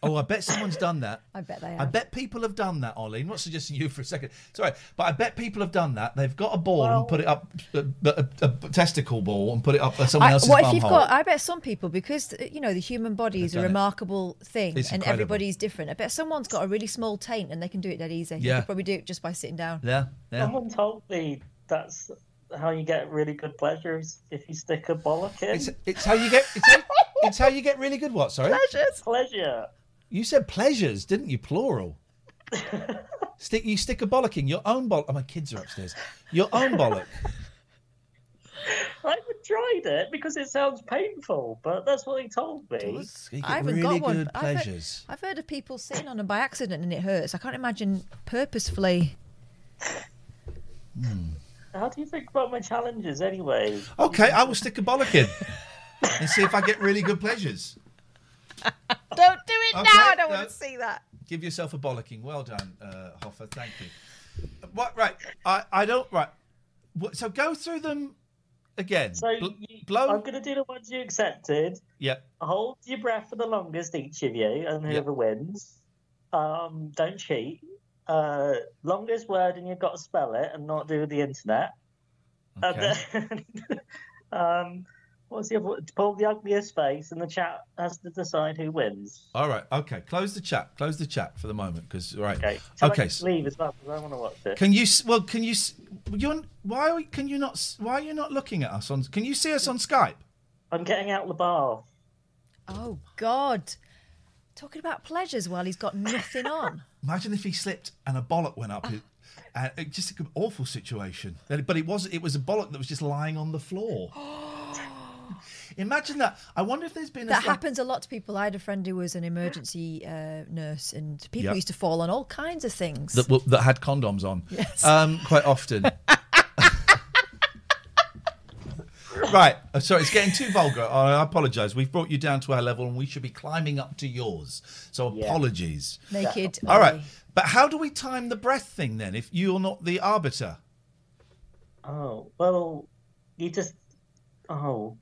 A: Oh, I bet someone's
B: <laughs>
A: done that.
B: I bet they
A: I
B: are.
A: bet people have done that, Ollie. I'm not suggesting you for a second. Sorry, but I bet people have done that. They've got a ball and put it up, a, a, a testicle ball and put it up someone
B: I-
A: else's
B: what if
A: bum
B: you've
A: hole.
B: got? uh, I bet some people because uh, you know the human body is a
A: done it.
B: remarkable thing,
A: It's
B: and
A: incredible.
B: everybody's different. I bet someone's got a really small taint and they can do it that easy.
A: Yeah.
B: They could probably do it just by sitting down.
A: Yeah, yeah.
T: Someone told me that's how you get really good pleasure is if you stick a bollock in.
A: It's, it's how you get. It's how, it's
T: <laughs>
A: how you get really good. What? Sorry.
B: Pleasures.
T: Pleasure.
A: You said pleasures, didn't you?
T: <laughs>
A: Plural. stick. You stick a bollock in your own bollock. Oh, my kids are upstairs. Your own bollock.
T: I haven't tried it because it sounds painful, but that's what he told me.
A: You get
B: I haven't
A: really
B: got one.
A: good
B: I've heard-
A: pleasures.
B: I've heard of people sitting on them by accident and it hurts. I can't imagine purposefully.
T: Hmm. How do you think about my challenges anyway?
A: Okay, I will stick a bollock in <laughs> and see if I get really good pleasures.
B: Don't do it
A: Okay,
B: now. I don't
A: no.
B: want to see that.
A: Give yourself a bollocking. Well done, uh, Hoffa. Thank you. What? Right. I, I don't. Right. What, so go through them again.
T: So you, I'm going to do the ones you accepted.
A: Yep.
T: Hold your breath for the longest, each of you, and whoever wins. Um, don't cheat. Uh, longest word, and you've got to spell it, and not do the internet. And then, <laughs> um, what's the other? one? Pull the ugliest face, and the chat has to decide who wins.
A: All right. Okay. Close the chat. Close the chat for the moment, because right. Okay.
T: Shall I
A: okay.
T: just leave as well because I want to watch it.
A: Can you? s- Well, can you? s- You're, why are, can you not? s- Why are you not looking at us on? Can you see us on Skype?
T: I'm getting out the bar.
B: Oh God! Talking about pleasures while he's got nothing on.
A: Imagine if he slipped and a bollock
B: <laughs>
A: went up. It, uh, it just an awful situation. Then- But it was it was a bollock that was just lying on
B: <gasps>
A: the floor. <gasps> Imagine that. I wonder if there's been a
B: That
A: slight-
B: happens a lot to people. I had a friend who was an emergency uh, nurse, and people
A: Yep.
B: used to fall on all kinds of things.
A: that w- that had condoms on.
B: Yes.
A: Um, quite often. <laughs> right. uh, Sorry, it's getting too vulgar. I I apologise. We've brought you down to our level, and we should be climbing up to yours. So apologies.
B: Naked.
A: All right. But how do we time the breath thing then? If you're not the arbiter.
T: Oh well, you just oh.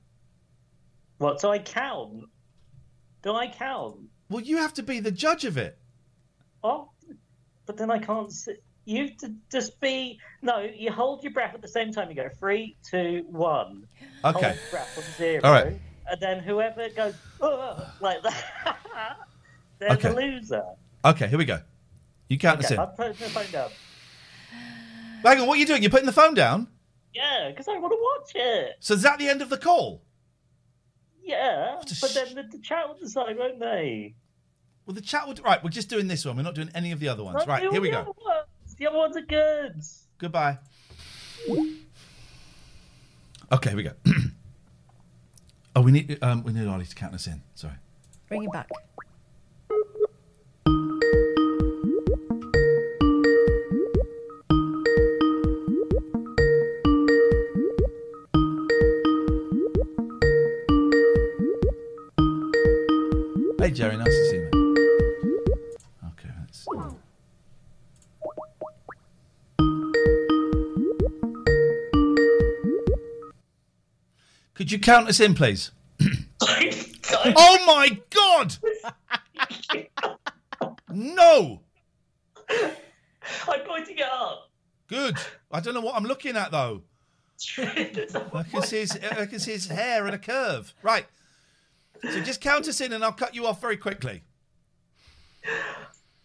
T: What? So I count? Do I count?
A: Well, you have to be the judge of it.
T: Oh, but then I can't. See. You have to just be no. You hold your breath at the same time. You go three, two, one. Hold
A: Okay.
T: your breath on zero.
A: All right.
T: And then whoever goes "Ugh," like that, <laughs> they're
A: Okay.
T: the loser.
A: Okay, here we go. You count us
T: Okay,
A: in.
T: I'm putting the phone down.
A: Hang on, what are you doing? You're putting the phone down?
T: Yeah, because I want to watch it.
A: So is that the end of the call?
T: Yeah, but then the, the chat will decide, won't they?
A: Well, the chat would. Right, we're just doing this one. We're not doing any of the other ones.
T: Don't
A: Right,
T: do
A: here we
T: the
A: go.
T: other ones. The other ones are good.
A: Goodbye. Okay, here we go. <clears throat> oh, we need um, we need Ollie to count us in. Sorry.
B: Bring him back.
A: Hey, Jerry, nice to see you. mate. Okay, that's. Could you count us in, please? oh my god! no!
T: <laughs> I'm going to get up.
A: Good. I don't know what I'm looking at
T: <laughs>
A: though. I can see his, I can see his hair in a curve. Right. So just count us in, and I'll cut you off very quickly.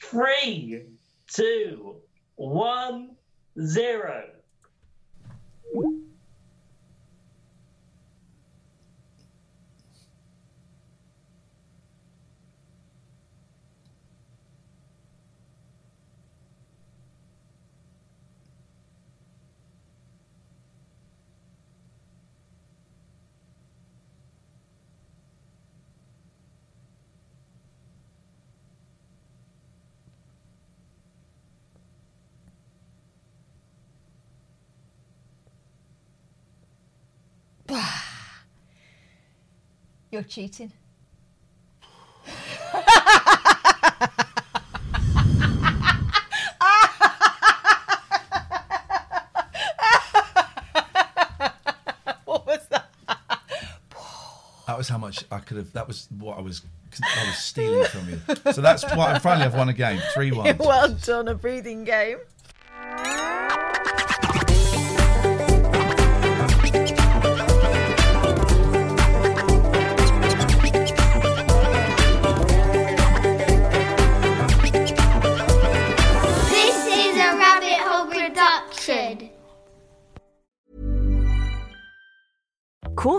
T: Three, two, one, zero.
B: You're cheating. <laughs> what was that? <laughs>
A: That was how much I could have. That was what I was. I was stealing from you. So that's why. Finally, I've won a game.
B: <laughs>
A: Three one.
B: Well done, a breathing game.
U: This is a rabbit hole production.
J: Cool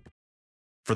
V: For